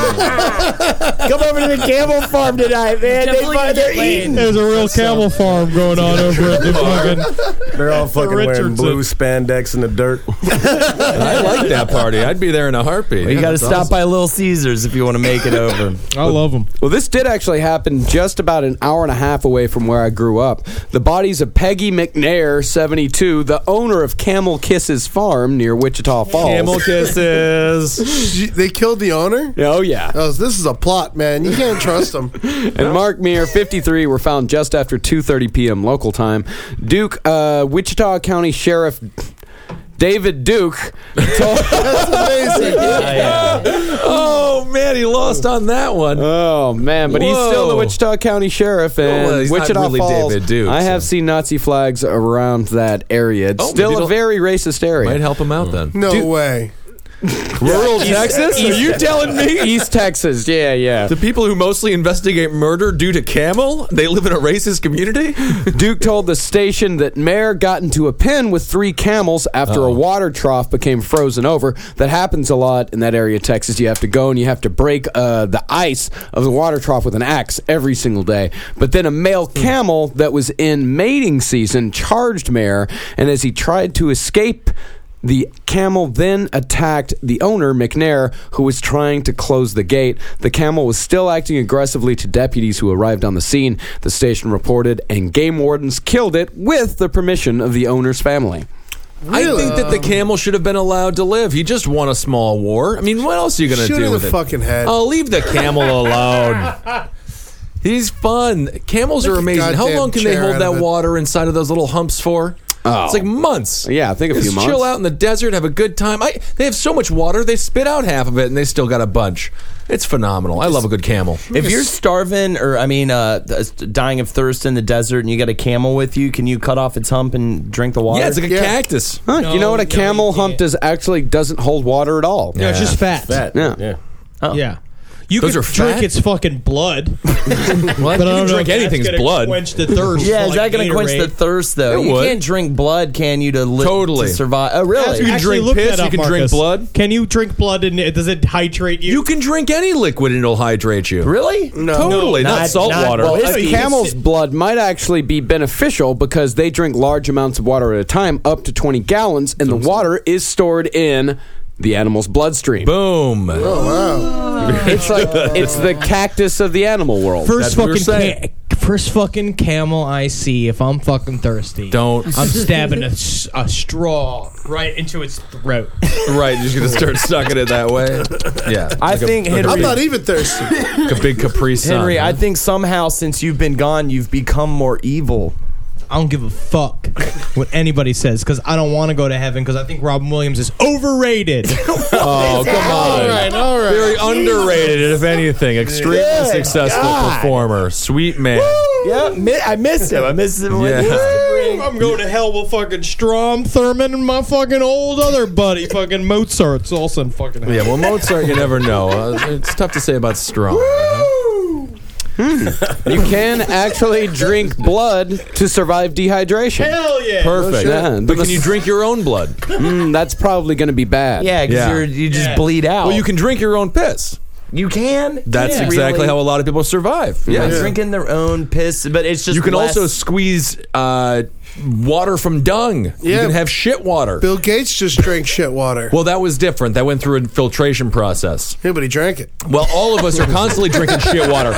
Come over to the camel farm tonight, man. They,
Definitely
fi-
gonna
they're
get laid.
eating.
There's a real camel farm going on over at the fucking.
They're all fucking wearing
Richardson.
blue spandex in the dirt.
I like that party. I'd be there in a heartbeat.
You got to
That's
stop
awesome.
by Little Caesars if you want to make it over.
I love them.
Well, this did actually happen just about an hour and a half away from where I grew up. The bodies of Peggy McNair, 72, the owner of Camel Kisses Farm near Wichita Falls.
kisses.
She- they killed the owner.
Oh, yeah.
Oh, this is a plot, man. You can't trust them.
And Mark Meir, 53, were found just after 2.30 p.m. local time. Duke, uh, Wichita County Sheriff David Duke told...
That's amazing.
Oh man, he lost on that one.
Oh man, but he's still the
Whoa.
Wichita County Sheriff and
Well, he's not
Wichita
really
Falls.
David Duke,
I have
so.
seen Nazi flags around that area. It's
Oh, maybe
still a
it'll-
very racist area.
Might help him out then.
No way.
Rural Texas? Are you telling me? East Texas. Yeah, yeah.
The people who mostly investigate murder due to camel, they live in a racist community?
Duke told the station that Mayer got into a pen with three camels after a water trough became frozen over. That happens a lot in that area of Texas. You have to go and you have to break uh, the ice of the water trough with an axe every single day. But then a male camel that was in mating season charged Mayer, and as he tried to escape, the camel then attacked the owner, McNair, who was trying to close the gate. The camel was still acting aggressively to deputies who arrived on the scene. The station reported, and game wardens killed it with the permission of the owner's family.
I think that the
Um,
camel should have been allowed to live. He just won a small war. I mean, what else are you going to
Shoot
do
her in
with
the
it?
fucking head.
Oh, leave the camel alone. He's fun. Camels
Make
are
a
amazing. How
goddamn
long can they
chair
hold
out of
that
it.
water inside of those little humps for?
Oh.
It's like months.
Yeah, I think a
Just
few months.
Chill out in the desert, have a good time. I, they have so much water, they spit out half of it, and they still got a bunch. It's phenomenal. I love a good camel.
If you're starving, or I mean, uh, th- dying of thirst in the desert, and you got a camel with you, can you cut off its hump and drink the water?
Yeah, it's like a cactus.
Huh, you know what? A camel hump does actually doesn't hold water at all.
No, it's just fat.
Yeah.
yeah.
Yeah. You
Those
could
are
drink
fat?
its fucking blood.
well,
I don't know if that's
anything's
gonna Quench the thirst.
Yeah,
like
is that going to quench
Gatorade.
the thirst though?
It
you
would.
can't drink blood, can you? To live
Totally.
to survive. Oh, really?
Actually, look that up, Marcus. Can you drink blood and it- does it hydrate you?
You can drink any liquid and it'll hydrate you.
Really?
No. Totally. not, salt water.
Well, his camel's blood might actually be beneficial because they drink large amounts of water at a time, up to 20 gallons, and the water is stored in the animal's bloodstream.
Boom.
Oh,
wow. it's like it's the cactus of the animal world.
First
That's what we were saying.
fucking ca- first fucking camel I see. If I'm fucking thirsty,
don't.
I'm stabbing a, s- a straw right into its throat.
Right, you're just gonna start sucking it that way. Yeah,
I
Like a-
think
like a
Henry.
big-
even thirsty.
like a big Capri Sun.
Henry, I think somehow since you've been gone, you've become more evil.
I don't give a fuck what anybody says because I don't want to go to heaven because I think Robin Williams is overrated.
Oh, come on.
All right, all right.
Very
Jesus.
underrated, if anything. Extremely
Yeah,
successful
God.
performer. Sweet man.
Yeah, mi- I miss him. I miss him.
Yeah.
I'm going to hell with fucking Strom Thurmond and my fucking old other buddy, fucking Mozart's also in fucking hell.
Yeah, well, Mozart, you never know. Uh, it's tough to say about Strong.
You can actually drink blood to survive dehydration.
Hell yeah.
Perfect.
Yeah,
but can you drink your own blood?
Mm, that's probably going to be bad.
Yeah, 'cause Yeah. you're- you just Yeah. bleed out.
Well, you can drink your own piss.
You can.
That's exactly how a lot of people survive.
Yeah,
Yeah.
drinking their own piss, but it's just
You can
less-
also squeeze uh, water from dung. You
Yeah.
can have shit water.
Bill Gates just drank shit water.
Well, that was different. That went through a filtration process.
Yeah, but he drank it.
Well, all of us are constantly drinking shit water.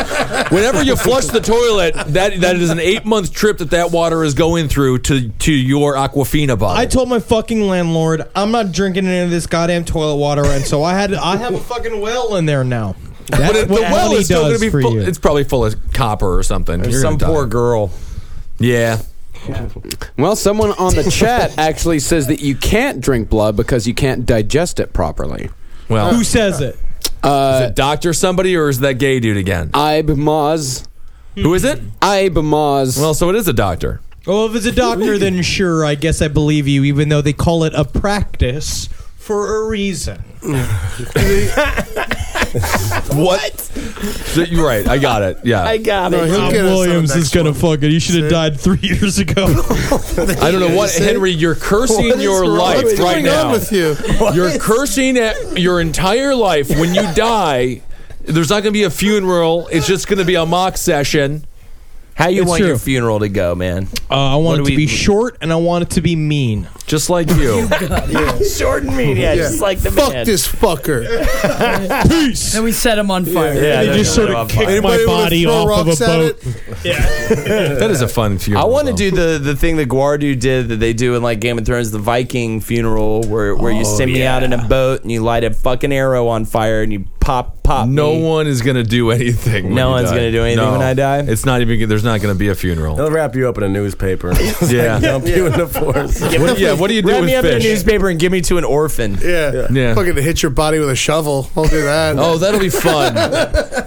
Whenever you flush the toilet, that that is an eight month trip that that water is going through to to your Aquafina
I
bottle.
told my fucking landlord I'm not drinking any of this goddamn toilet water, and so I had I have a fucking well in there now. That's
but it, the
what
well
money
is still going
does
to be
for
full.
you.
It's probably full of copper or something. You're
some
gonna
poor
die.
girl.
Yeah.
Well, someone on the chat actually says that you can't drink blood because you can't digest it properly.
Well,
Who says it?
Uh,
is it doctor somebody or is that gay dude again?
Ib Moz.
Who is it?
Ib Moz.
Well, so it is a doctor.
Well, if it's a doctor, then sure, I guess I believe you, even though they call it a practice for a reason.
What? So you're right. I got it. Yeah. I,
got
No, he'll
Rob
get us on
Williams
the
is
next
gonna
one.
fuck it. You should have died three years ago.
don't know what
See?
Henry. You're cursing
What is
your
wrong-
life
What's
right
going
now.
on with you?
You're cursing at your entire life. When you die, there's not going to be a funeral. It's just going to be a mock session.
How you
It's
want your
true.
funeral to go, man?
Uh, I
What
want it
do
to
we-
be short and I want it to be mean.
Just like you.
Short and mean, yeah,
Yeah.
just like the
Fuck
man.
this fucker.
Peace.
Then we set him on fire.
Yeah,
They
no,
just
no,
sort
no,
of
I'm fine.
kicked my
Anybody wanna
body
throw
off of
rocks
a
at
boat.
That is a fun funeral.
I want to
though.
do the the thing that Guardu did that they do in like Game of Thrones, the Viking funeral, where where
Oh,
you send me out in a boat and you light a fucking arrow on fire and you pop pop.
No
me.
one is going to do anything. when
No
you
one's
die.
gonna do anything when I die?
It's not even. There's not going to be a funeral.
They'll wrap you up in a newspaper and
Yeah.
dump you in the forest.
What- yeah. What do you do
Wrap
with
me up in a
fish?
newspaper and give me to an orphan.
Yeah.
Yeah.
Fucking hit your body with a shovel. I'll do that.
Oh, that'll be fun.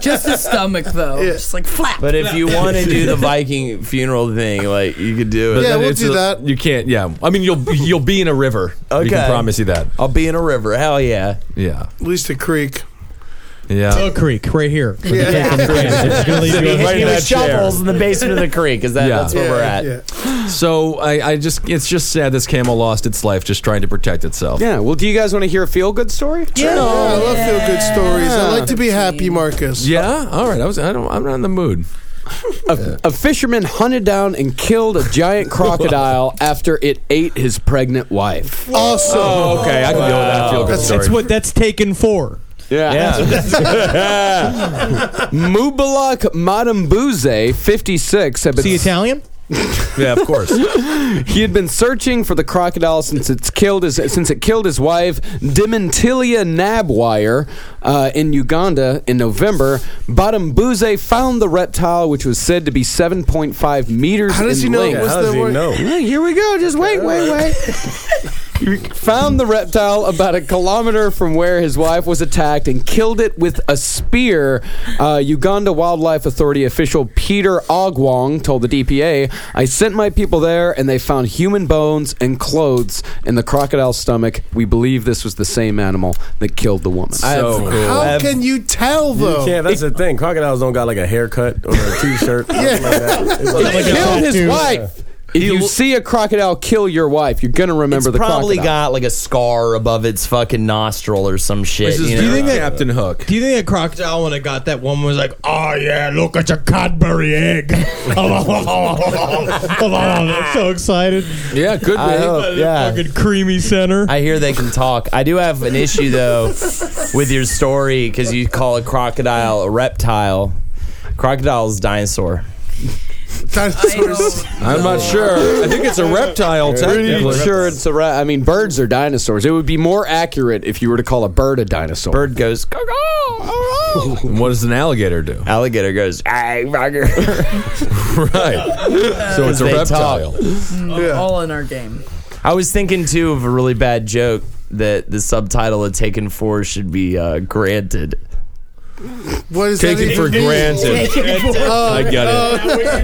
Just his stomach, though. Just like flap.
But if you want to do the Viking funeral thing, like you could do it.
Yeah,
Then
we'll
it's
do
a-
that.
You can't. Yeah. I mean, you'll you'll be in a river. We
Okay.
can promise you that.
I'll be in a river. Hell yeah.
Yeah.
At least a creek.
Yeah.
Oak Creek, right here.
He
Right in
with
that chair.
shovels in the basement of the creek. Is that
Yeah.
that's where we're at?
Yeah.
So I, I just it's just sad this camel lost its life just trying to protect itself.
yeah. Well, do you guys want to hear a feel good story?
Yeah, I love feel good stories. I like to be happy, Marcus.
Yeah. All right. I was. I don't. I'm not in the mood.
A, a fisherman hunted down and killed a giant crocodile after it ate his pregnant wife.
Awesome.
Oh, okay. I can deal with that feel good
That's-
story.
That's what that's taken for.
Mubalak Madambuze, 56, had been
Is he Italian?
yeah, of course. he had been searching for the crocodile since it's killed his since it killed his wife Dimentilia Nabwire uh, in Uganda in November. Badambuze found the reptile, which was said to be 7.5 meters.
How does he
in
know it
length.
was How does the he wor- know?
Yeah, here we go. Just wait, wait, wait. He found the reptile about a kilometer from where his wife was attacked and killed it with a spear. Uh, Uganda Wildlife Authority official Peter Ogwong told the DPA, I sent my people there and they found human bones and clothes in the crocodile's stomach. We believe this was the same animal that killed the woman.
How can you tell
You
Oh.
though?
can't. That's the thing. Crocodiles don't got like a haircut or a t-shirt. yeah.
He killed his wife. If you see a crocodile kill your wife, you're gonna remember
it's
the
probably
crocodile.
got like a scar above its fucking nostril or some shit.
This is- do you think that- Captain
Hook?
Do you think a crocodile when it got that woman was like, "Oh yeah, look at your Cadbury egg"? I'm so excited.
Yeah, good.
I hope, yeah.
Fucking creamy center.
I hear they can talk. I do have an issue though with your story because you call a crocodile a reptile. Crocodile's dinosaur.
Dinosaurs.
I'm not sure. I think it's a reptile.
Pretty
technically.
sure it's a rat. I mean, birds are dinosaurs. It would be more accurate if you were to call a bird a dinosaur.
Bird goes. "Caw, caw."
And what does an alligator do?
Alligator goes. Hey, fucker.
right. So it's a
They talk.
reptile. Oh.
All in our game.
I was thinking too of a really bad joke that the subtitle of Taken Four should be uh, granted.
What is
Taken
that
for
even mean?
granted.
Oh,
I get it.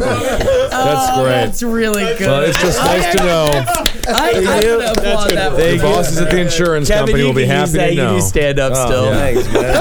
That's great.
That's really good.
Well, it's just nice to know.
I, I would applaud that one.
The bosses at the insurance company will be happy to know. Oh,
You stand up still.
Thanks, man.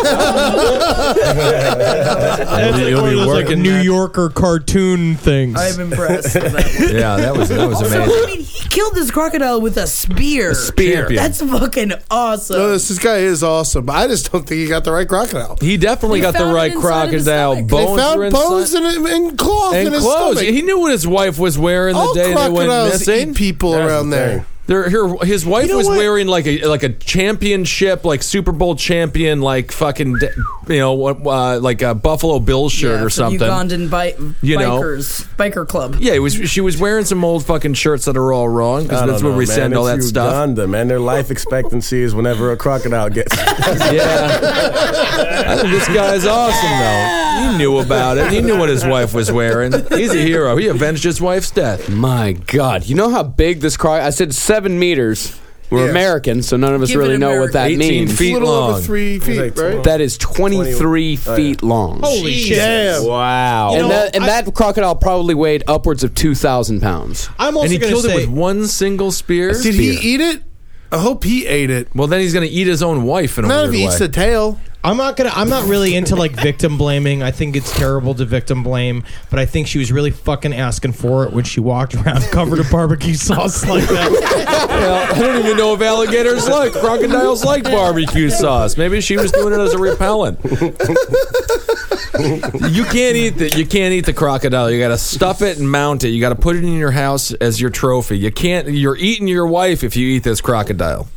You'll be working.
New
that-
Yorker cartoon things.
I'm impressed. With that one.
Yeah, that was that was
Also,
amazing.
I mean, he killed this crocodile with a spear.
spear. Champion.
That's fucking awesome.
No, this, this guy is awesome. I just don't think he got the right crocodile.
He definitely
They
got the
found it
right
inside of his
crocodile.
stomach.
They
Bones were
found
inside-
bones and, and cloth
and
in his
clothes.
stomach.
He knew what his wife was wearing the
All
day they went
crocodiles
missing.
eat people
That's
around
the
there.
thing.
There, her, his wife
know
was
what?
wearing like a like a championship, like Super Bowl champion, like fucking, de- you know, what, uh, like a Buffalo Bill shirt
Yeah,
or
for the
something.
Ugandan bi-
You know.
bikers, biker club.
Yeah, it was. She was wearing some old fucking shirts that are all wrong
I
because
don't
that's where
know,
we
man.
send all that
It's
stuff.
Uganda, man. Their life expectancy is whenever a crocodile gets.
Yeah, I think this guy's awesome though. He knew about it. He knew what his wife was wearing. He's a hero. He avenged his wife's death.
My God, you know how big this crocodile? I said seven meters. We're
Yeah.
American, so none of us
Give it
really know what that
18
means.
It's a
feet
little
long.
over three feet,
like
right?
That is 23
Oh, yeah.
feet long.
Holy shit!
Damn.
Wow.
You
and
know,
that, and
I-
that crocodile probably weighed upwards of 2,000 pounds.
I'm also
And he
gonna
killed
say,
it with one single spear.
Did he eat it? I hope he ate it.
Well, then he's gonna eat his own wife in a
Not
weird
if he eats
way.
the tail.
I'm not gonna. I'm not really into like victim blaming. I think it's terrible to victim blame, but I think she was really fucking asking for it when she walked around covered in barbecue sauce like that.
Well, I don't even know if alligators like crocodiles like barbecue sauce. Maybe she was doing it as a repellent. you can't eat the you can't eat the crocodile. You got to stuff it and mount it. You got to put it in your house as your trophy. You can't. You're eating your wife if you eat this crocodile.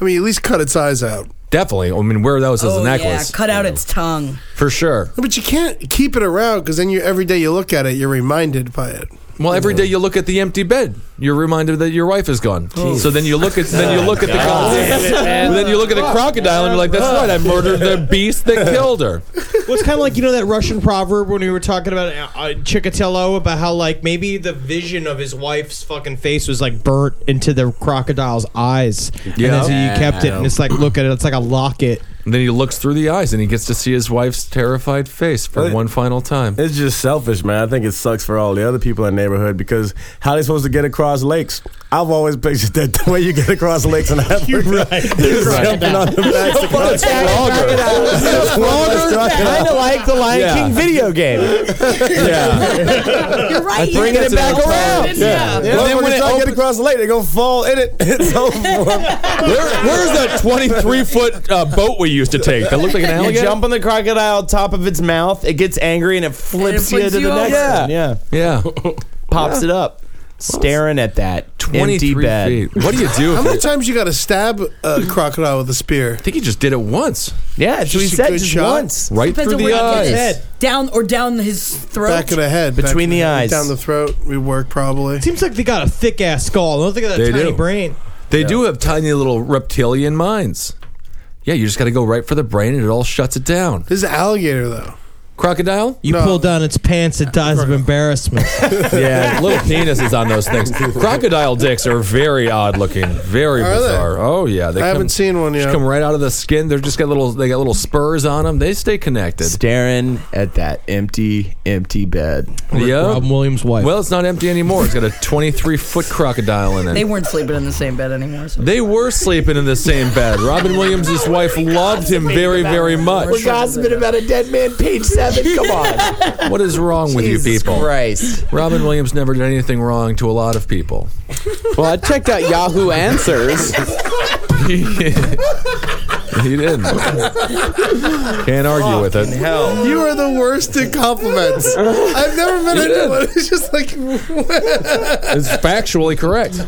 I mean, at least cut its eyes out.
Definitely. I mean, wear those as
Oh
a
yeah,
necklace
cut out its tongue.
for sure.
No, But you can't keep it around because then you every day you look at it, you're reminded by it.
Well, every day you look at the empty bed, you're reminded that your wife is gone.
Oh,
So then you look at then you look at the then you look at the crocodile and you're like, that's right, I murdered the beast that killed her.
Well, it's kind of like you know that Russian proverb when we were talking about uh, uh, Chikatilo about how like maybe the vision of his wife's fucking face was like burnt into the crocodile's eyes.
Yeah.
and then so you kept it, and it's like look at it, it's like a locket.
And then he looks through the eyes and he gets to see his wife's terrified face for
Well, it-
one final time.
It's just selfish, man. I think it sucks for all the other people in the neighborhood because how they supposed to get across lakes? I've always pictured that the way you get across lakes in Africa. You're right. You're
right.
Jumping on the backs of crocodiles.
Kind of like the Lion
Yeah.
King video game.
yeah.
You're right.
bringing it back around.
Yeah.
And then when they try to get across the lake, they're gonna fall in it. It's over.
where's that 23 foot uh,
um,
boat we used to take that looked like an
You
alligator?
jump on the crocodile top of its mouth. It gets angry and it flips
And it
you
flips
to
you
the next
over.
one. Yeah.
Yeah.
Pops it up. staring at that
23
empty bed.
feet.
What do you
How many times you got to stab a crocodile with a spear? I
think he just did it once.
Yeah,
that's what he said, just once.
Right
Depends
through
on
the
where you get
eyes.
it.
Head.
Down or down his throat.
Back of the head, back
Between
of
the
head,
eyes.
down the throat. We work probably.
Seems like they got a thick ass skull. Don't think of that
They
tiny
do.
brain.
They do have tiny little reptilian minds. Yeah, you just got to go right for the brain, and it all shuts it down.
This is an alligator though.
Crocodile?
You pull down its pants at times of embarrassment.
yeah, little penises on those things. Crocodile dicks are very odd looking, very
Are they?
bizarre. Oh yeah, they
I
come-
haven't seen one
Just
yet.
come right out of the skin. They're just got little. They got little spurs on them. They stay connected.
Staring at that empty, empty bed.
Yeah.
Robin Williams' wife.
Well, it's not empty anymore. It's got a 23 foot crocodile in it.
They weren't sleeping in the same bed anymore. So.
They were sleeping in the same bed. Robin Williams' wife loved him very, very much.
We're gossiping about a dead man, page seven. Come on.
What is wrong with you
Jesus
people?
Christ.
Robin Williams never did anything wrong to a lot of people.
Well, I checked out Yahoo Answers.
he didn't. Can't argue with it. Hell.
You are the worst at compliments. I've never met
You did.
anyone. It's just like
It's factually correct.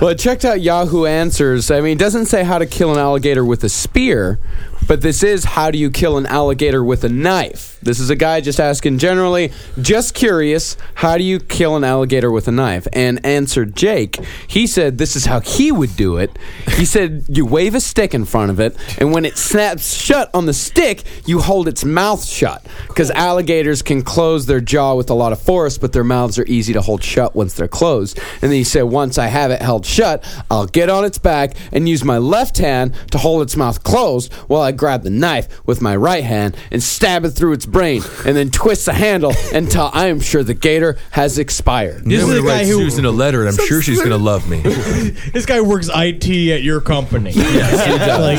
Well, I checked out Yahoo Answers. I mean, it doesn't say how to kill an alligator with a spear, but this is how do you kill an alligator with a knife. This is a guy just asking generally, just curious, how do you kill an alligator with a knife? And answered Jake. He said this is how he would do it. He said you wave a stick in front of it, and when it snaps shut on the stick, you hold its mouth shut. Because alligators can close their jaw with a lot of force, but their mouths are easy to hold shut once they're closed. And then you say, once I have it held shut, I'll get on its back and use my left hand to hold its mouth closed while I grab the knife with my right hand and stab it through its brain and then twist the handle until I am sure the gator has expired.
This is the guy who Susan a letter, and I'm sure she's going to love me.
this guy works IT at your company.
he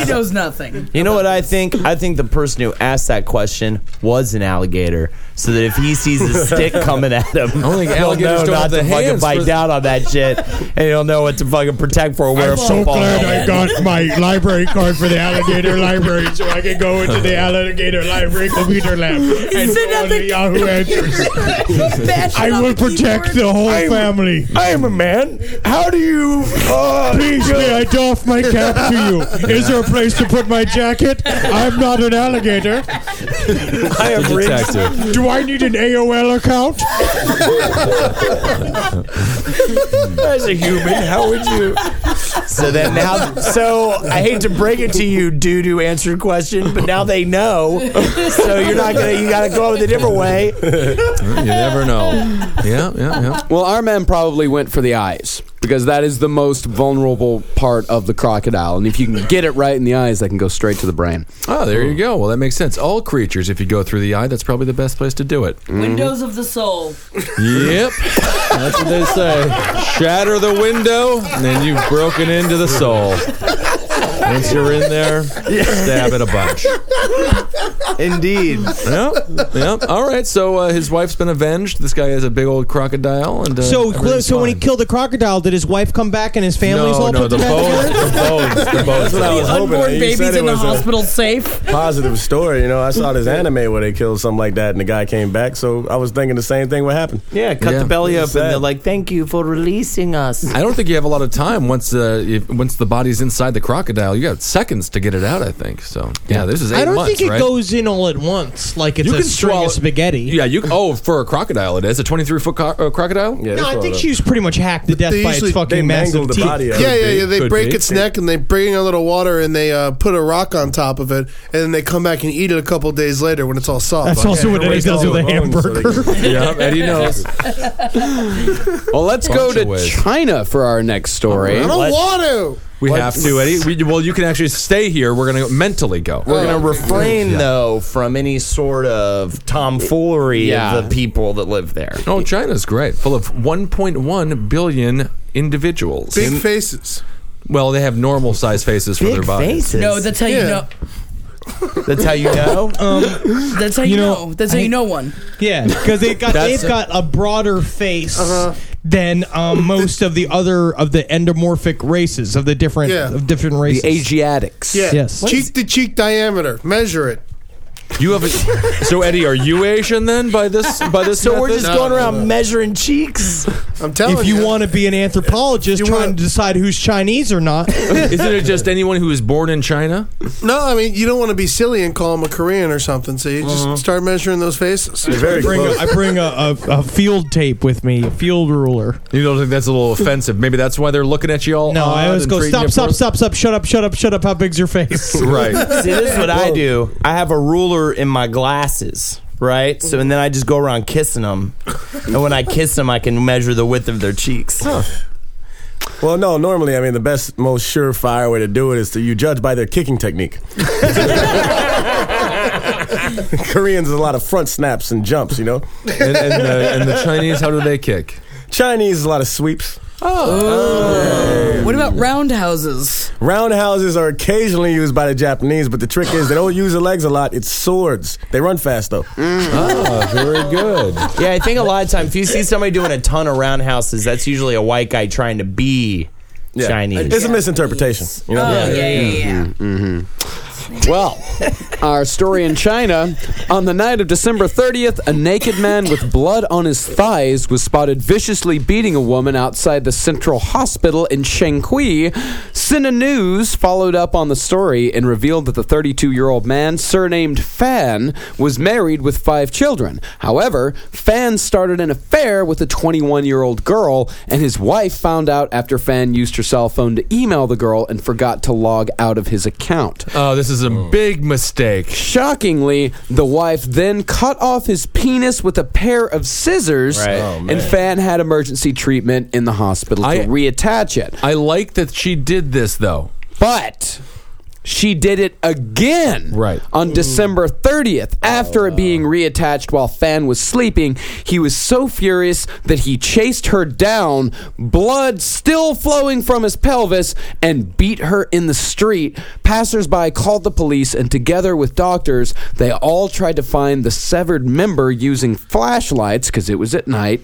knows nothing.
You know what I think? I think the person who asked that question was an alligator, so that if he sees a stick coming at him,
Only
he'll
alligators
know
don't
not
have the
to fucking
hands
bite
for-
down on that shit, and he'll know what to fucking protect for. Wear a football helmet.
my library card for the alligator library so I can go into the alligator library computer lab and go on the Yahoo answers. I will protect the whole family.
I am a man. How do you? uh,
Please, may I doff my cap to you? Is there a place to put my jacket? I'm not an alligator.
I am detective.
Do I need an AOL account?
As a human, how would you? So then now, so I hate to break it to you, dude, who answered question, but now they know. So you're not gonna, you gotta go with a different way.
You never know. Yeah, yeah, yeah.
Well, our man probably went for the eyes because that is the most vulnerable part of the crocodile. And if you can get it right in the eyes, that can go straight to the brain.
Oh, there you go. Well, that makes sense. All creatures, if you go through the eye, that's probably the best place to do it.
Windows of the soul.
Yep. That's what they say. Shatter the window, and then you've broken into the soul. Once you're in there, stab it a bunch.
Indeed.
Yep. Yep. All right. So uh, his wife's been avenged. This guy is a big old crocodile. And uh,
So,
everything's
so when he
fine.
killed the crocodile, did his wife come back and his family's
no,
all
no,
put
the
together?
bones, the bones, the bones.
That's what I was hoping.
Unborn
You
babies
said it
in the
was a-
hospital safe.
positive story. You know, I saw this anime where they killed something like that, and the guy came back. So I was thinking the same thing. What happened?
Yeah, cut
Yeah.
the belly
It's
open. They're
sad.
like, "Thank you for releasing us."
I don't think you have a lot of time once uh, if, once the body's inside the crocodile. You got seconds to get it out. I think so. Yeah, this is eight
I don't
months,
think it
right?
goes in all at once like it's
You
a
can
string
swallow-
of spaghetti.
Yeah, you. Oh, for a crocodile, it is a twenty-three foot co- uh, crocodile.
Yeah,
No,
that's
I
all
think
that-
she was pretty much hacked to death
They
by its
usually- they
fucking
mangle
massive
the
teeth.
body up.
Yeah.
Could
yeah, yeah,
be,
yeah. They
could
break
be.
its neck and they bring in a little water and they uh, put a rock on top of it and then they come back and eat it a couple days later when it's all soft.
That's also what Eddie
Erased all
does with
the
a
bones so they
hamburger.
can-
yeah, Eddie knows.
Well, let's
Bunch
go
of
to
ways.
China for our next story.
I don't want
We have to, Eddie. We, well, you can actually stay here. We're gonna mentally go.
We're gonna refrain though from any sort of tomfoolery
Yeah.
of the people that live there.
Oh, China's great, full of 1.1 billion individuals.
to. Big faces.
well, they have normal size faces for their
Big
bodies.
faces.
No, that's how you
Yeah.
know.
that's how you know.
That's how you,
You
know,
know,
That's how you know one.
Yeah, because they got
That's-
they've got a broader face
Uh-huh.
than um, most of the other of the endomorphic races of the different
Yeah.
of different
The
races.
Asiatics.
Yeah.
Yes.
Cheek to cheek diameter. Measure it.
You have a, so Eddie, are you Asian then? By this, by this,
So we're
method?
just going around measuring cheeks.
I'm
if you want to be an anthropologist trying to decide who's Chinese or not,
Isn't it just anyone who is born in China?
No, I mean you don't want to be silly and call him a Korean or something. So you
Mm-hmm.
just start measuring those faces.
I bring, a, I bring a, a, a field tape with me, a field ruler.
You don't think that's a little offensive? Maybe that's why they're looking at you all.
No,
odd
I always
and
go
treating
stop,
you
stop,
poorly?"
stop, stop, shut up, shut up, shut up. How big's your face?
See, this is what I do. I have a ruler in my glasses, right? So, and then I just go around kissing them. And when I kiss them, I can measure the width of their cheeks.
Well, no. Normally, I mean, the best, most surefire way to do it is to you judge by their kicking technique. Koreans is a lot of front snaps and jumps, you know.
And, and, uh, and the Chinese, how do they kick?
Chinese is a lot of sweeps.
Oh. What about roundhouses?
Roundhouses are occasionally used by the Japanese, but the trick is they don't use their legs a lot. It's swords. They run fast though.
Ah,
very good.
Yeah, I think a lot of times if you see somebody doing a ton of roundhouses, that's usually a white guy trying to be
Yeah.
Chinese.
It's a misinterpretation.
you know?
yeah,
Oh,
yeah, yeah.
Well, our story in China. On the night of December 30th, a naked man with blood on his thighs was spotted viciously beating a woman outside the Central Hospital in Shanqi. Sina News followed up on the story and revealed that the 32 year old man, surnamed Fan, was married with five children. However, Fan started an affair with a 21 year old girl, and his wife found out after Fan used her cell phone to email the girl and forgot to log out of his account.
Oh, this is a big mistake.
Shockingly, the wife then cut off his penis with a pair of scissors,
Right. Oh, man.
and Fan had emergency treatment in the hospital to
I-
reattach it.
I like that she did this though.
But she did it again
right.
on December 30th after it being reattached while Fan was sleeping. He was so furious that he chased her down, blood still flowing from his pelvis, and beat her in the street. Passersby called the police, and together with doctors, they all tried to find the severed member using flashlights because it was at night.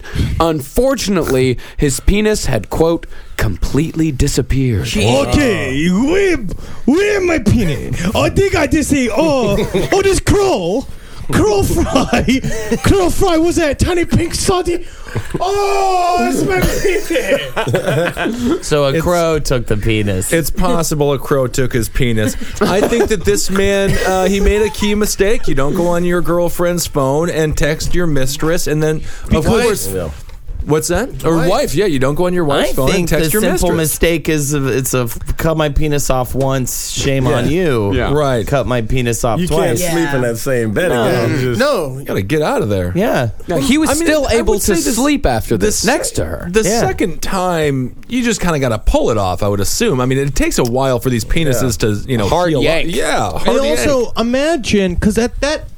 Unfortunately, his penis had, quote, completely disappeared.
Okay, where, where my penis? I think I just say, oh, oh, this crow, crow fry, crow fry. What's that? Tiny pink salty. Oh, that's my penis.
So a crow took the penis.
It's possible a crow took his penis. I think that this man uh, he made a key mistake. You don't go on your girlfriend's phone and text your mistress, and then of
Because-
course, what's that? Or
Wife.
wife. Yeah, you don't go on your
I
wife's phone
think
and
the
text your
simple
mistress.
mistake is uh, it's a f- cut my penis off once, shame
Yeah.
on you.
Yeah.
Right. Cut my penis off
You can't
twice.
sleep in that same bed
No.
again.
Yeah.
You just-
No,
Gotta get out of there.
Yeah.
No, he was
I mean,
still
I
able
would
to
say this-
sleep after
the
this
sec-
next to her.
The
Yeah.
second time, you just kind of got to pull it off. I would assume. I mean, it takes a while for these penises to you know
Hard
heal up.
yank.
Yeah,
And
hard yank.
also, imagine because that that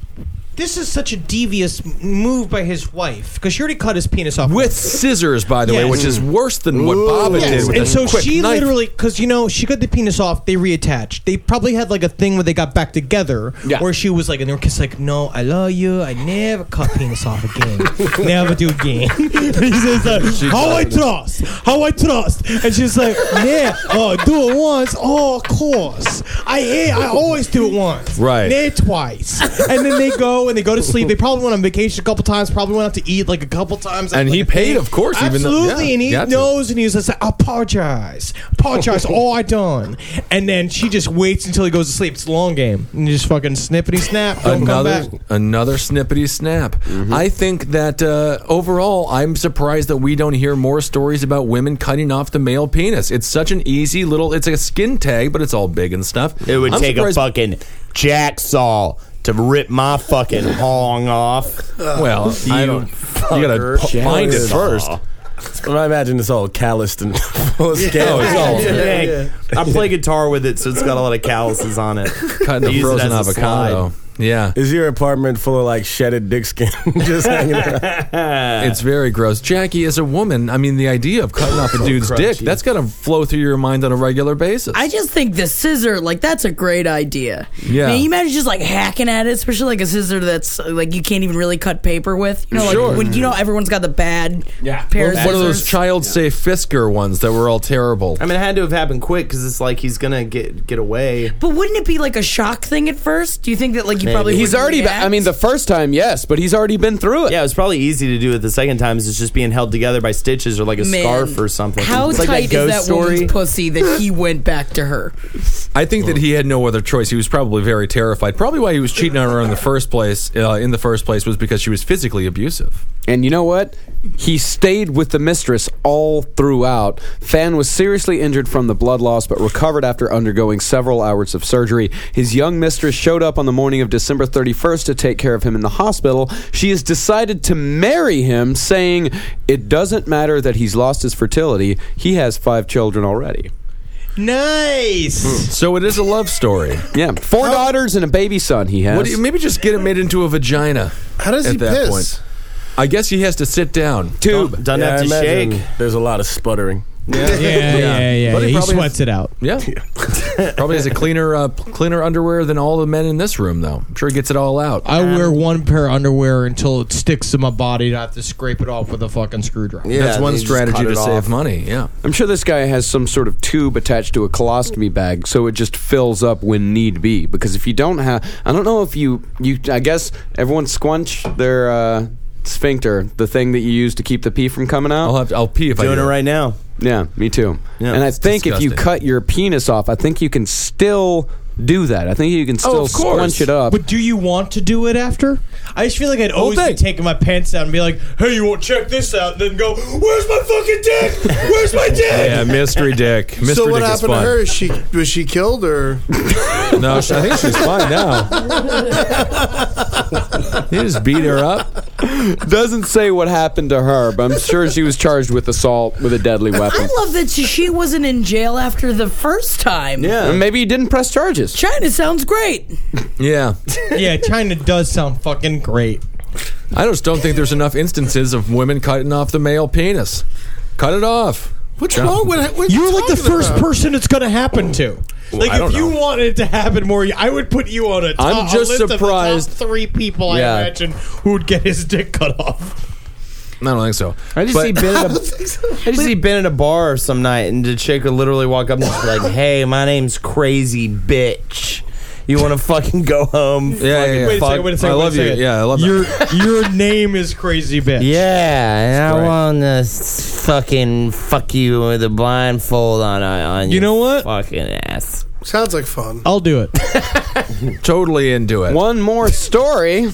this is such a devious m- move by his wife because she already cut his penis off
with scissors, by the way,
Yes.
which is worse than what Baba did. With
and
a
so
quick
she
knife.
literally, because you know, she cut the penis off. They reattached. They probably had like a thing where they got back together,
Yeah.
or she was like, and they were kissed, like, "No, I love you. I never cut penis off again. never do again." he says, uh,
She
"How I
got it.
trust? How I trust?" And she's like, "Yeah, oh, do it once. Oh, of course. I yeah, I always do it once.
Right.
Nah, twice. and then they go and they go to sleep. They probably went on vacation a couple times. Probably went out to eat like a couple times.
And
like
he
a
paid,
thing.
of course, even though-
Absolutely,
yeah,
and he
got to.
knows, and he's just like, apologize, apologize, all I done. And then she just waits until he goes to sleep. It's a long game, and you just fucking snippity snap. Don't
another
come back.
another snippety snap. I think that uh, overall, I'm surprised that we don't hear more stories about women cutting off the male penis. It's such an easy little. It's a skin tag, but it's all big and stuff.
It would
I'm
take
surprised-
a fucking jack saw to rip my fucking hong off.
Well,
you
I don't. You gotta
fucker.
p- find it first.
I imagine it's all calloused and full of skin.
Oh, it's all-
Yeah, yeah.
I play guitar with it, so it's got a lot of calluses on it.
Cutting
I
a
use it
frozen
as a
avocado. Yeah.
Is your apartment full of like shedded dick skin just hanging around?
It's very gross. Jackie, as a woman, I mean, the idea of cutting off a dude's dick, that's got to flow through your mind on a regular basis.
I just think the scissor, like, that's a great idea.
Yeah.
I mean, you imagine just, like, hacking at it, especially, like, a scissor that's, uh, like, you can't even really cut paper with. You know, like,
Sure.
when, you know, everyone's got the bad pair of
One of those
scissors.
child safe Fisker ones that were all terrible.
I mean, it had to have happened quick because it's like he's gonna get get away.
But wouldn't it be, like, a shock thing at first? Do you think that, like, you probably
he's
wouldn't
already. Be, I
react.
mean, the first time, yes, but he's already been through it.
Yeah, it's probably easy to do it the second time. Is it's just being held together by stitches or like a
Man,
scarf or something.
How
it's
tight
like
is that woman's pussy that he went back to her?
I think that he had no other choice. He was probably very terrified. Probably why he was cheating on her in the first place. Uh, in the first place was because she was physically abusive.
And you know what? He stayed with the mistress all throughout. Fan was seriously injured from the blood loss, but recovered after undergoing several hours of surgery. His young mistress showed up on the morning of December 31st to take care of him in the hospital. She has decided to marry him, saying, It doesn't matter that he's lost his fertility, he has five children already.
Nice.
So it is a love story.
Yeah, four daughters and a baby son he has.
What do you, maybe just get it made into a vagina.
How does
at
he
that
piss?
Point. I guess he has to sit down.
Tube.
Done yeah,
have
I imagine There's a lot of sputtering.
Yeah,
yeah, yeah, yeah.
But
He
probably
sweats it out.
Yeah, probably has a cleaner, uh, cleaner underwear than all the men in this room, though. I'm sure he gets it all out.
I wear one pair of underwear until it sticks to my body. and I have to scrape it off with a fucking screwdriver.
That's one strategy to save money. Yeah.
I'm sure this guy has some sort of tube attached to a colostomy bag, so it just fills up when need be. Because if you don't have, I don't know if you, you, I guess everyone squunch their uh, sphincter, the thing that you use to keep the pee from coming out.
I'll have to, I'll pee if I
Doing
do.
it right now.
yeah, me too.
Uh-huh. Yeah,
and I
it's
think if you
disgusting.
cut your penis off, I think you can still do that. I think you can still
of course.
squunch it up.
But do you want to do it after? I just feel like I'd always be taking my pants down and be like, "Hey, you won't check this out," and then go, "Where's my fucking dick? Where's my dick?"
Yeah, mystery dick. Mystery
so what
dick
happened
is
to
fun.
her? Is she was she killed or?
No, she- I think she's fine now. He just beat her up.
Doesn't say what happened to her, but I'm sure she was charged with assault with a deadly
I
weapon.
love that she- she wasn't in jail after the first time.
And maybe he didn't press charges.
China sounds great.
Yeah.
yeah, China does sound fucking great.
I just don't think there's enough instances of women cutting off the male penis. Cut it off.
What's
Yeah.
wrong with what
You're like the
talking
first
about?
person it's going to happen to. Like
I
if
don't
you
know.
wanted it to happen more, I would put you on a top,
I'm just
a list
surprised-
Of the top three people
Yeah.
I imagine who would get his dick cut off.
I don't think so.
I just
But-
see Ben at a, I just see Ben at a bar some night, and the chick would literally walk up and just be like, "Hey, my name's Crazy Bitch. You want to fucking go home?
Yeah,
fucking
yeah,
Wait a
fuck-
second. Wait a second.
I
wait a
love you.
second.
Yeah, I love that.
your your name is crazy bitch.
Yeah, and
Right.
I want to s- fucking fuck you with a blindfold on on
You
your
know what?
fucking ass.
Sounds like fun.
I'll do it.
totally into it.
One more story.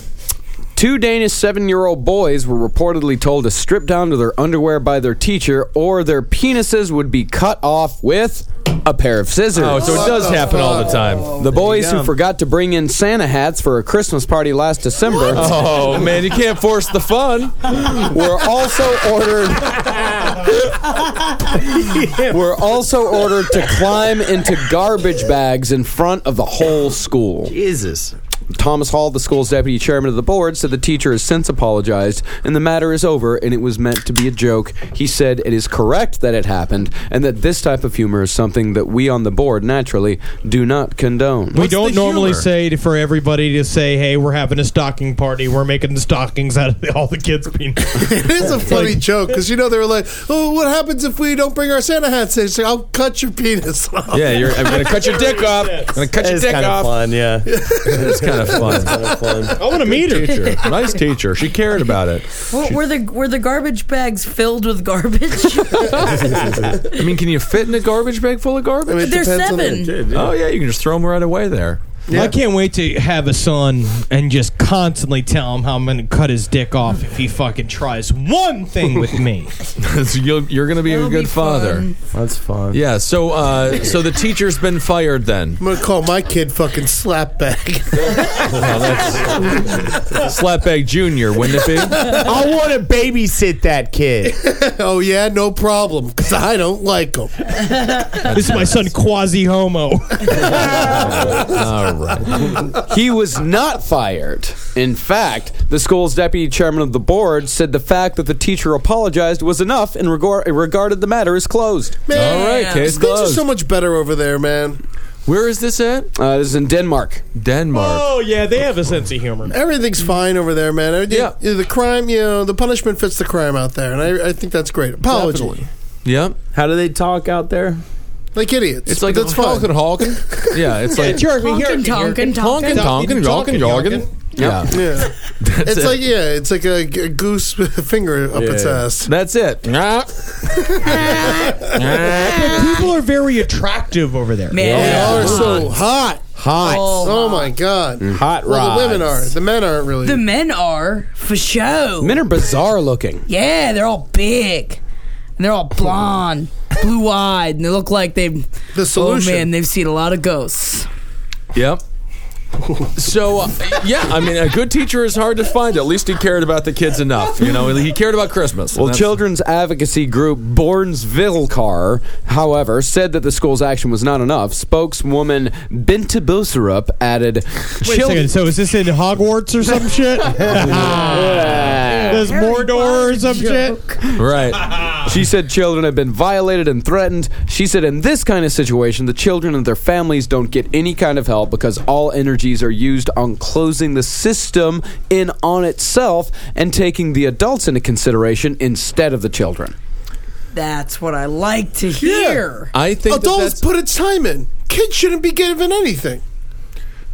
Two Danish seven year old boys were reportedly told to strip down to their underwear by their teacher, or their penises would be cut off with a pair of scissors.
Oh, so it does happen all the time.
the boys who
go.
forgot to bring in Santa hats for a Christmas party last December
Oh man, you can't force the fun. Oh.
were also ordered were also ordered to climb into garbage bags in front of the whole school.
Jesus.
Thomas Hall, the school's deputy chairman of the board, said the teacher has since apologized and the matter is over and it was meant to be a joke. He said it is correct that it happened and that this type of humor is something that we on the board naturally do not condone.
we don't
the
normally
humor?
say to, for everybody to say, "Hey, we're having a stocking party. We're making the stockings out of the, all the kids' penis."
It is a funny joke because you know they were like, "Oh, what happens if we don't bring our Santa hats?" They say, "I'll cut your penis off."
Yeah, you're. I'm gonna cut your dick off. I'm gonna cut your
It's
dick
kind of
off.
fun, yeah.
It's kind of fun.
I want to meet her.
Teacher, nice teacher. She cared about it.
Well, were the were the garbage bags filled with garbage?
I mean, can you fit in a garbage bag full
I
of garbage?
mean, it
They're
depends on the
seven.
kid, yeah.
Oh yeah, you can just throw them right away there.
I can't wait to have a son and just constantly tell him how I'm going to cut his dick off if he fucking tries one thing with me.
So you'll, you're going to be
That'll
a good
be
father.
fun.
That's fun.
Yeah. So, uh, so the teacher's been fired then.
I'm gonna call my kid fucking slapback.
Slapbag Junior, wouldn't it be?
I want to babysit that kid.
oh yeah, no problem, because I don't like him.
this is my son, quasi homo.
All right.
he was not fired. In fact, the school's deputy chairman of the board said the fact that the teacher apologized was enough and regar- regarded the matter as closed.
Man,
All right. Case
things are
closed.
so much better over there, man.
Where is this at?
Uh, this is in Denmark.
Denmark.
oh, yeah, they have a sense of humor.
Everything's fine over there, man. I-
Yeah.
you- the crime, you know, the punishment fits
Oh.
the crime out there, and I, I think that's great. Apology.
Yep.
How do they talk out there?
like idiots.
It's like
but that's fine.
honking, honking. Yeah, it's like
Tonkin, tonkin,
honking, honking, honking, honking. Yeah,
Yeah.
That's
it's
it.
like yeah, it's like a, g- a goose with a finger up its
Yeah.
ass.
That's it.
People are very attractive over there.
Man,
Yeah.
they are so hot.
Hot.
Oh, my god.
Mm.
Hot
Well, the women are.
rods.
The men aren't really.
The men are for show.
Men are bizarre looking.
Yeah, they're all big. And they're all blonde, blue eyed, and they look like they've.
The
Oh
solution.
man, they've seen a lot of ghosts.
Yep. So uh, yeah, I mean, a good teacher is hard to find. At least he cared about the kids enough. You know, he cared about Christmas.
Well,
That's-
children's advocacy group Bornsville Car, however, said that the school's action was not enough. Spokeswoman Binta Bosarup added,
Wait a second. So is this in Hogwarts or some shit? There's Mordor or some shit.
Right.
she said children have been violated and threatened. She said in this kind of situation, the children and their families don't get any kind of help because all energies are used on closing the system in on itself and taking the adults into consideration instead of the children.
That's what I like to hear.
I think that
adults
that's-
put a time in. Kids shouldn't be given anything.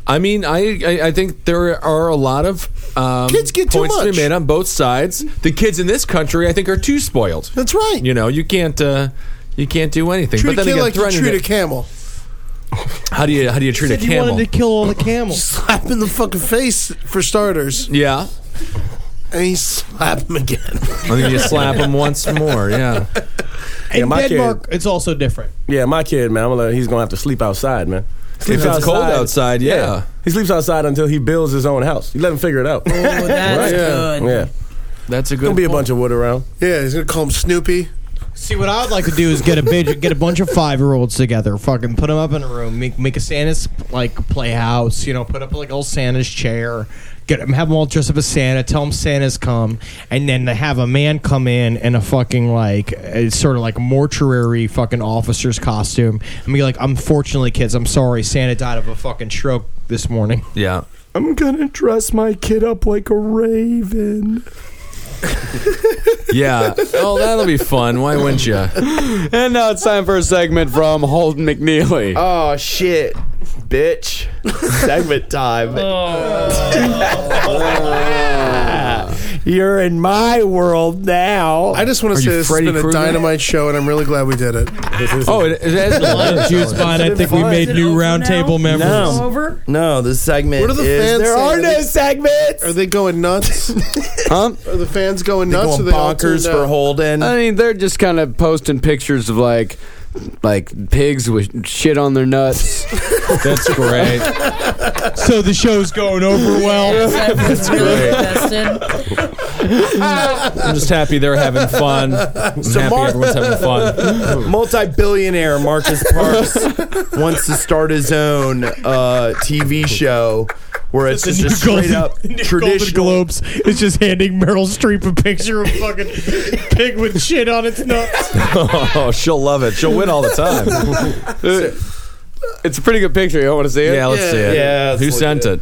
I mean, I, I I think there are a lot of um,
Kids get too
points to
much.
be made on both sides. The kids in this country, I think, are too spoiled.
That's right.
You know, you can't uh, you can't do anything.
Treat
but
a
then
kid
again,
like you
threatening
treat
to-
a camel.
how do you how do you treat a
Said you
camel?
wanted to kill all the camels.
Slap in the fucking face for starters,
yeah,
and he slap him again.
I think you slap him once more. Yeah,
Yeah,
In
my kid-
Denmark, it's also different.
Yeah, my kid, man. I'm gonna let, he's gonna have to sleep outside, man. Sleeps
If it's cold outside, yeah.
He sleeps outside until he builds his own house. You let him figure it out.
Oh, that's good.
Yeah,
that's a good.
gonna be a
point.
bunch of wood around.
Yeah, he's gonna call him Snoopy.
See, what I would like to do is get a big, get a bunch of five year olds together, fucking put them up in a room, make make a Santa's like playhouse, you know, put up like old Santa's chair, get them, have them all dressed up as Santa, tell them Santa's come, and then they have a man come in in a fucking like a, sort of like mortuary fucking officer's costume, and be like, unfortunately, kids, I'm sorry, Santa died of a fucking stroke this morning.
Yeah.
I'm gonna dress my kid up like a raven.
Yeah. Oh, that'll be fun. Why wouldn't you?
And now it's time for a segment from Holden McNeely.
Oh shit, bitch! Segment time.
You're in my world now.
I just want
Are
to
you
say this has
Freddy
been a
Krueger?
dynamite show, and I'm really glad we did it.
Oh, it, it has a lot of
Juice Vine, I think we made new roundtable members.
No.
Over?
No, the segment
What are the
is
fans
there
saying?
are no segments.
Are they going nuts?
Huh?
Are the fans going
They're
nuts?
going
or they all
bonkers
tuned
for
out?
Holden.
I mean, they're just kind of posting pictures of like, like pigs with shit on their nuts.
That's great.
So the show's going over well.
That's really invested.
I'm just happy they're having fun. I'm happy
Mark-
everyone's having fun.
Multi-billionaire Marcus Parks wants to start his own uh, TV show where it's
The
just
new
a straight
Golden-
up
new Golden
traditional.
Globes is just handing Meryl Streep a picture of fucking pig with shit on its nuts.
Oh, she'll love it. She'll win all the time.
it's a pretty good picture. You want to see it?
Yeah, let's see it.
Yeah, let's
Who
look
sent
at
it?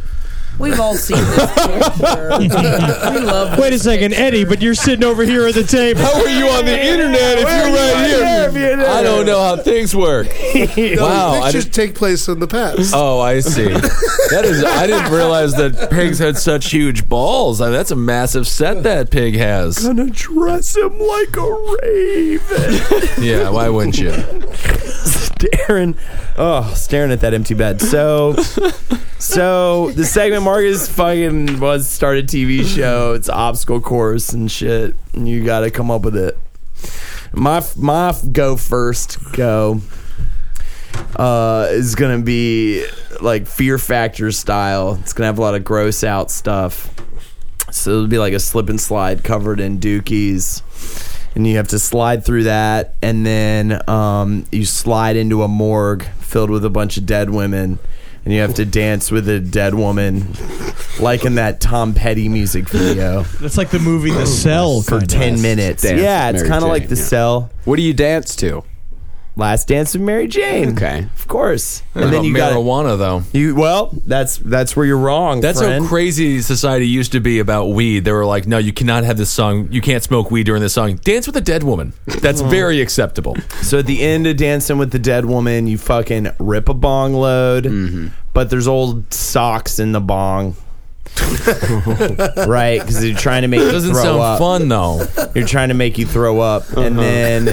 We've all seen this picture. we love
Wait a
this
second,
picture.
Eddie, but you're sitting over here at the table.
How are you on the internet if
Where are you on the internet?
I don't know how things work.
No,
wow. I
pictures
didn't-
take place in the past.
Oh, I see. That is. I didn't realize that pigs had such huge balls. I mean, that's a massive set that pig has.
gonna dress him like a raven.
Yeah, why wouldn't you?
staring oh staring at that empty bed so so the segment marcus fucking was start a tv show it's obstacle course and shit and you gotta come up with it my my go first go uh is gonna be like fear factor style it's gonna have a lot of gross out stuff so it'll be like a slip and slide covered in dookies and you have to slide through that, and then um, you slide into a morgue filled with a bunch of dead women, and you have to dance with a dead woman, like in that Tom Petty music video
That's like the movie The Cell.
for ten minutes.
Dance
yeah,
with
it's
Mary
kind of
Jane,
like the
yeah.
cell.
What do you dance to?
Last Dance with Mary Jane.
Okay,
of course.
I don't know about marijuana though.
You well, that's that's where you're wrong.
That's
friend.
how crazy society used to be about weed. They were like, no, you cannot have this song. You can't smoke weed during this song. Dance with a dead woman. That's very acceptable.
So at the end of Dancing with the Dead Woman, you fucking rip a bong load, but there's old socks in the bong. right, because you're trying to make
Doesn't
you throw
sound
up.
fun, though.
You're trying to make you throw up, and then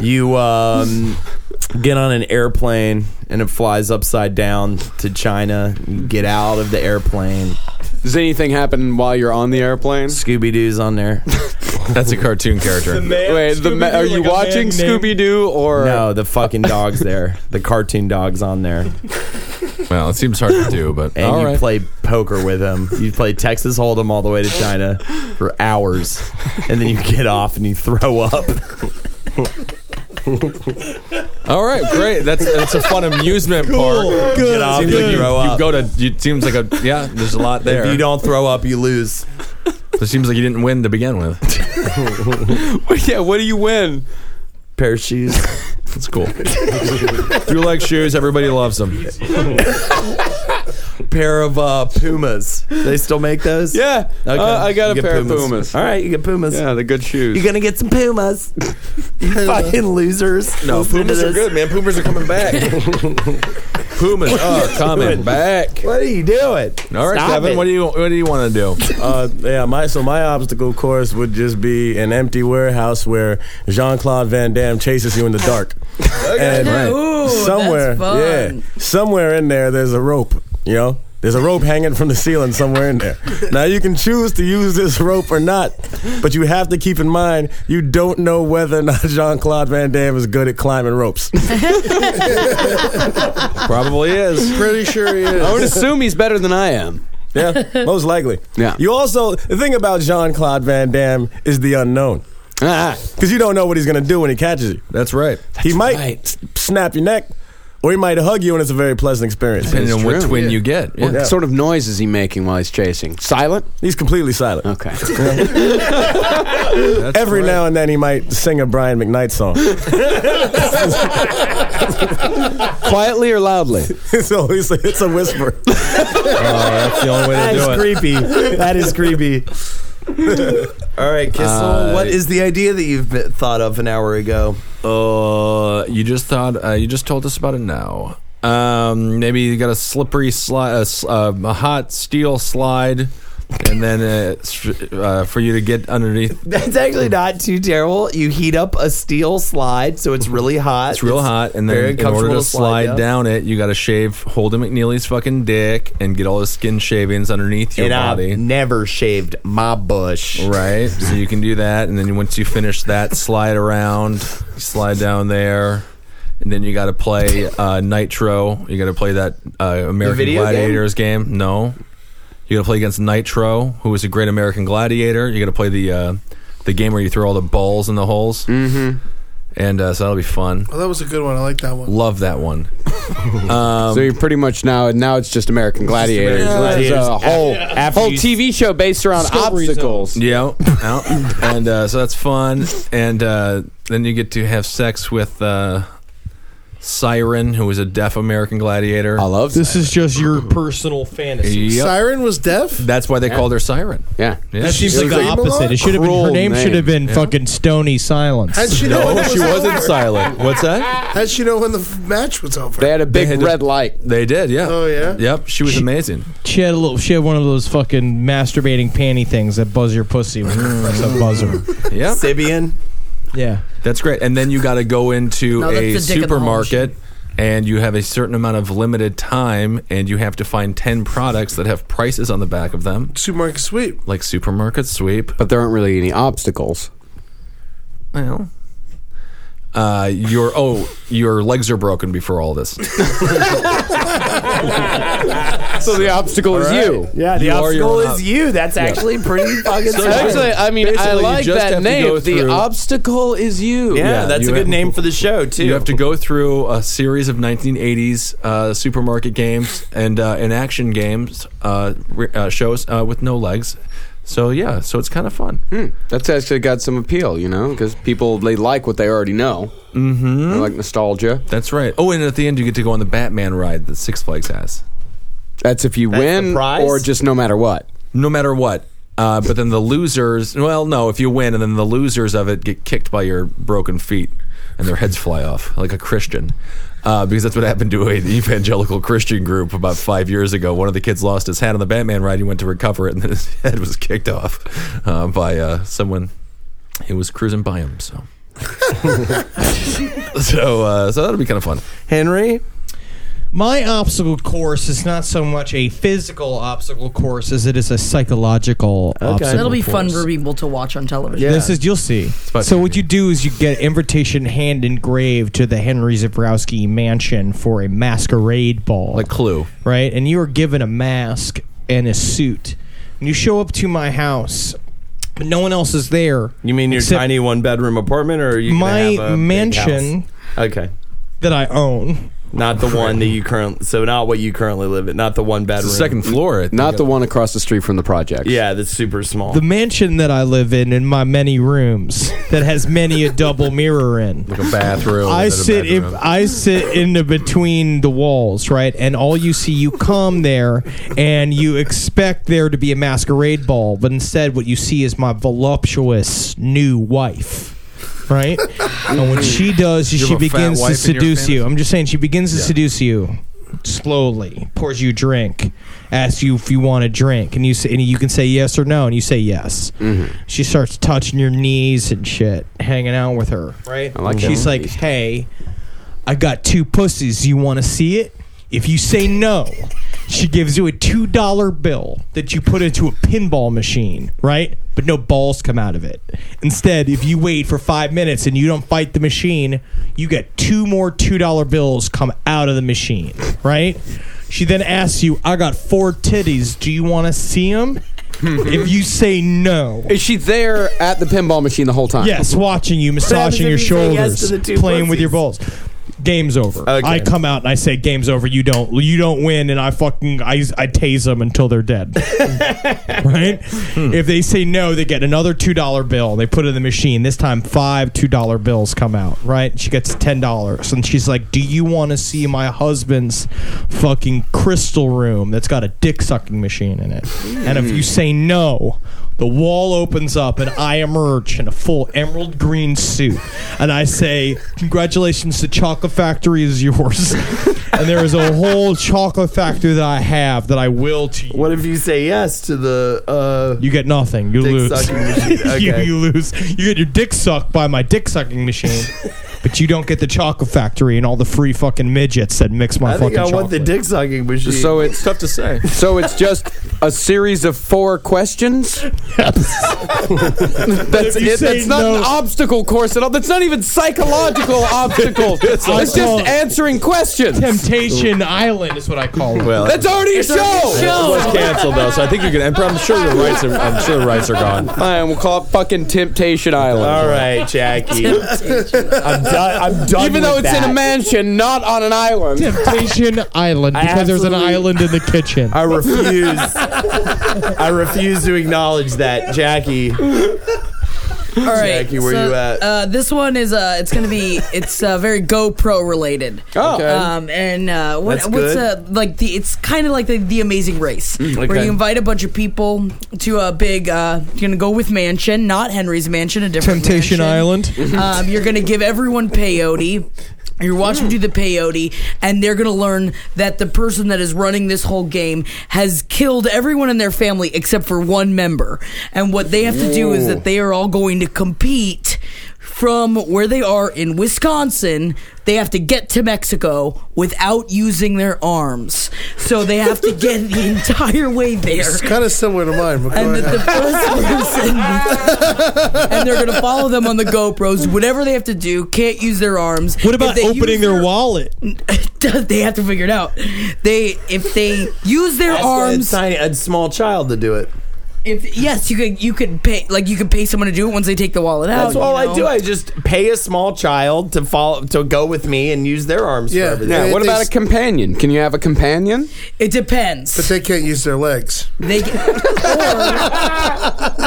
you um, get on an airplane and it flies upside down to China. You get out of the airplane.
Does anything happen while you're on the airplane?
Scooby Doo's on there.
That's a cartoon character.
Wait, the ma- are you watching Scooby Doo or
no? The fucking dog's there. The cartoon dog's on there.
Well, it seems hard to do, but
and
all
you
right.
play poker with him. You play Texas Hold'em all the way to China for hours, and then you get off and you throw up.
All right, great. That's that's a fun amusement park.
Good,
Seems
good.
like you,
Grow
you
up.
go to. You, it seems like a yeah. There's a lot there.
If you don't throw up, you lose.
It seems like you didn't win to begin with.
yeah, what do you win?
Pair of shoes.
That's cool. if you like shoes, everybody loves them.
pair of uh, Pumas. They still make those?
Yeah,
Okay.
uh, I got
You
a
get
pair
Pumas.
of Pumas.
All right, you get Pumas.
Yeah, Oh, the good shoes.
You're gonna get some Pumas. you fucking losers.
No,
Listen to
Pumas are
this.
good, man. Pumas are coming back. Pumas are Uh, coming back.
What are you doing?
All right,
Stop
Kevin.
it.
What do you what do you want to do?
uh, yeah, my so my obstacle course would just be an empty warehouse where Jean Claude Van Damme chases you in the dark. And
Right. Ooh, that's
somewhere,
fun.
yeah, somewhere in there, there's a rope. You know, there's a rope hanging from the ceiling somewhere in there. now you can choose to use this rope or not, but you have to keep in mind you don't know whether or not Jean Claude Van Damme is good at climbing ropes.
Probably is.
Pretty sure he is.
I would assume he's better than I am.
Yeah, most likely.
Yeah.
You also the thing about Jean Claude Van Damme is the unknown.
Ah,
Because you don't know what he's going to do when he catches you.
That's right.
he might
right.
s- snap your neck, or he might hug you, and it's a very pleasant experience.
Depending on what
true.
twin you get. Yeah.
what sort of noise is he making while he's chasing? Silent.
He's completely silent.
Okay.
That's
Every
right.
now and then he might sing a Brian McKnight song.
Quietly or loudly?
so it's a, it's a whisper.
Oh, that's the only way
That
to
is
do it.
creepy. That is creepy. All right, Kissel.
Uh,
what is the idea that you've been, thought of an hour ago?
Uh, you just thought uh, you just told us about it now. Um, maybe you got a slippery slide, a, s- uh, a hot steel slide, and then uh, s- uh, for you to get underneath.
That's actually not too terrible. You heat up a steel slide, so it's really hot.
It's real hot, and
very
then in order
comfortable
to
to slide
slide
down.
down it, you got to shave Holden McNeely's fucking dick and get all his skin shavings underneath your
and I've
body.
never shaved my bush.
Right, so you can do that, and then once you finish that, slide around, you slide down there, and then you got to play uh, Nitro. You got to play that uh, American
video game?
Gladiators game? No, you got to play against Nitro, who is a great American gladiator. You got to play the uh, the game where you throw all the balls in the holes, mm-hmm. and uh, so that'll be fun.
Oh, that was a good one. I like that one.
Love that one.
so you're pretty much now. Now it's just American Gladiators.
American
There's a whole whole TV show based around
Discovery Zone.
obstacles.
Yeah, yeah. and uh, so that's fun. And uh, then you get to have sex with uh, Siren, who is a deaf American gladiator.
I love
This is just your personal fantasy.
Yep.
Siren was deaf.
That's why they called her Siren.
Yeah.
Yeah.
That seems like the
Same a lot?
opposite. It should have been her
Cruel
name, should have been
name.
fucking Stony Silence.
How'd she know?
no,
when it
she
was
wasn't
over?
silent. What's that?
How'd she know when the f- match was over?
They had a big
had to-
red light.
They did, yeah.
Oh, yeah?
Yep, she was amazing.
She had a little. She had one of those fucking masturbating panty things that buzz your pussy. When you press a buzzer.
Yep,
Sibian.
Yeah.
that's great. And then you got to go into
No, that's
a
the dick in the hole
supermarket. And you have a certain amount of limited time, and you have to find 10 products that have prices on the back of them,
Supermarket sweep.
like supermarket sweep.
But there aren't really any obstacles.
Well, uh, your oh, your legs are broken before all this.
So the obstacle is you.
Yeah, the
You are your
obstacle
own
is
ob-
you. That's actually pretty fucking.
Actually, I mean, I
Basically, you
like
just
that
have to go
name. The
through-
obstacle is you.
yeah,
yeah,
that's
you
a good
have-
name for the show too.
You have to go through a series of 1980s uh, supermarket games and uh, and action games uh, re- uh, shows uh, with no legs. So yeah, so it's kind of fun.
Hmm. That's actually got some appeal, you know, because people they like what they already know.
Mm-hmm.
They like nostalgia.
That's right. Oh, and at the end you get to go on the Batman ride that Six Flags has.
That's if you win or just no matter what.
No matter what. Uh, but then the losers, well, no, if you win and then the losers of it get kicked by your broken feet and their heads fly off like a Christian. Uh, because that's what happened to an evangelical Christian group about five years ago. One of the kids lost his hat on the Batman ride. He went to recover it, and then his head was kicked off uh, by uh, someone who was cruising by him. So, so, uh, so that'll be kind of fun.
Henry? My obstacle course is not so much a physical obstacle course as it is a psychological obstacle
That'll be fun
course.
for people to watch on television.
This is you'll see.
about
So what you do is you get invitation hand engraved to the Henry Zebrowski mansion for a masquerade ball, like
Clue,
right? And you are given a mask and a suit. And you show up to my house, but no one else is there.
You mean your
Except-
tiny one bedroom apartment, or are you gonna
My
have a big
mansion-
house? Okay,
that I own.
Not the one that you currently. So not what you currently live in. Not the one bedroom.
floor.
Not the one across the street from the project.
Yeah, that's super small.
The mansion that I live in, in my many rooms, that has many a double mirror in.
Like a bathroom.
I
and a
sit in,
bedroom.
I sit in the between the walls, right? And all you see, you come there and you expect there to be a masquerade ball, but instead, what you see is my voluptuous new wife. Right, and what she does is
You
she
have a fat
begins
wife in
to
your
seduce
fantasy?
you. I'm just saying, she begins to seduce you slowly, pours you drink, asks you if you want a drink, and you say, and you can say yes or no, and you say yes.
Mm-hmm.
She starts touching your knees and shit, hanging out with her. Right?
I like
She's
that.
like, hey, I got two pussies. You want to see it? If you say no, she gives you a two dollar bill that you put into a pinball machine, right? But no balls come out of it. Instead, if you wait for five minutes and you don't fight the machine, you get two more two dollar bills come out of the machine, right? She then asks you, "I got four titties. Do you want to see them?" if you say no,
Is she there at the pinball machine the whole time?
Yes, watching you, massaging your shoulders, playing with your balls. Game's over.
Okay.
I come out and I say, "Game's over. You don't. You don't win." And I fucking I, I tase them until they're dead. right? If they say no, they get another two dollar bill. They put it in the machine. This time, five two dollar bills come out. Right? She gets ten dollars, and she's like, "Do you want to see my husband's fucking crystal room that's got a dick sucking machine in it?" And if you say no, the wall opens up, and I emerge in a full emerald green suit, and I say, "Congratulations, the chocolate factory is yours." and there is a whole chocolate factory that I have that I will to you.
What if you say yes to the? Uh,
you get nothing. You
dick
lose.
sucking machine.
you,
Okay.
you lose. You get your dick sucked by my dick sucking machine, but you don't get the chocolate factory and all the free fucking midgets that mix my
I
fucking
think I want
chocolate.
the dick sucking machine.
So it's
tough to say.
So it's just a series of four questions. That's
If you
it.
say
That's not
no-
an obstacle course at all. That's not even psychological obstacles. It's,
I call
just
it
answering questions.
Temptation Island is what I call it.
Well, That's already a It's already a show! show!
It was canceled though, so I think you can. I'm sure the rights are. I'm sure the rights are gone.
Fine, we'll call it fucking Temptation Island.
All right, Jackie. I'm done. I'm done.
Even though
with
it's in
that.
a mansion, not on an island.
Temptation Island
I
because there's an
absolutely-
island in the kitchen.
I refuse. I refuse to acknowledge that, Jackie.
All right,
Jackie, where
so,
you at?
Uh, this one is uh, it's gonna be it's uh, very GoPro related.
Oh. Okay.
um, and uh, what,
That's
what's uh,
good.
like the it's kind of like the, the Amazing Race,
Mm,
where
okay.
you invite a bunch of people to a big. Uh, you're gonna go with mansion, not Henry's mansion, a different
Temptation
mansion.
Island.
um, you're gonna give everyone peyote. You're watching do the peyote, and they're gonna learn that the person that is running this whole game has killed everyone in their family except for one member. And what they have to do is that
Ooh.
they are all going to compete from where they are in Wisconsin. They have to get to Mexico without using their arms, so they have to get the entire way there.
It's kind of similar to mine. But
And that the first person, and they're gonna follow them on the GoPros. Whatever they have to do, can't use their arms. If
What about
they use
opening their wallet?
they have to figure it out. They if they use their
Ask
arms,
a, tiny, a small child to do it.
If yes, you could you could pay like you could pay someone to do it once they take the wallet out.
That's all
you know?
I do. I just pay a small child to follow to go with me and use their arms for everything.
Now, what about a companion? Can you have a companion?
It depends. But
they can't use their legs.
They can, or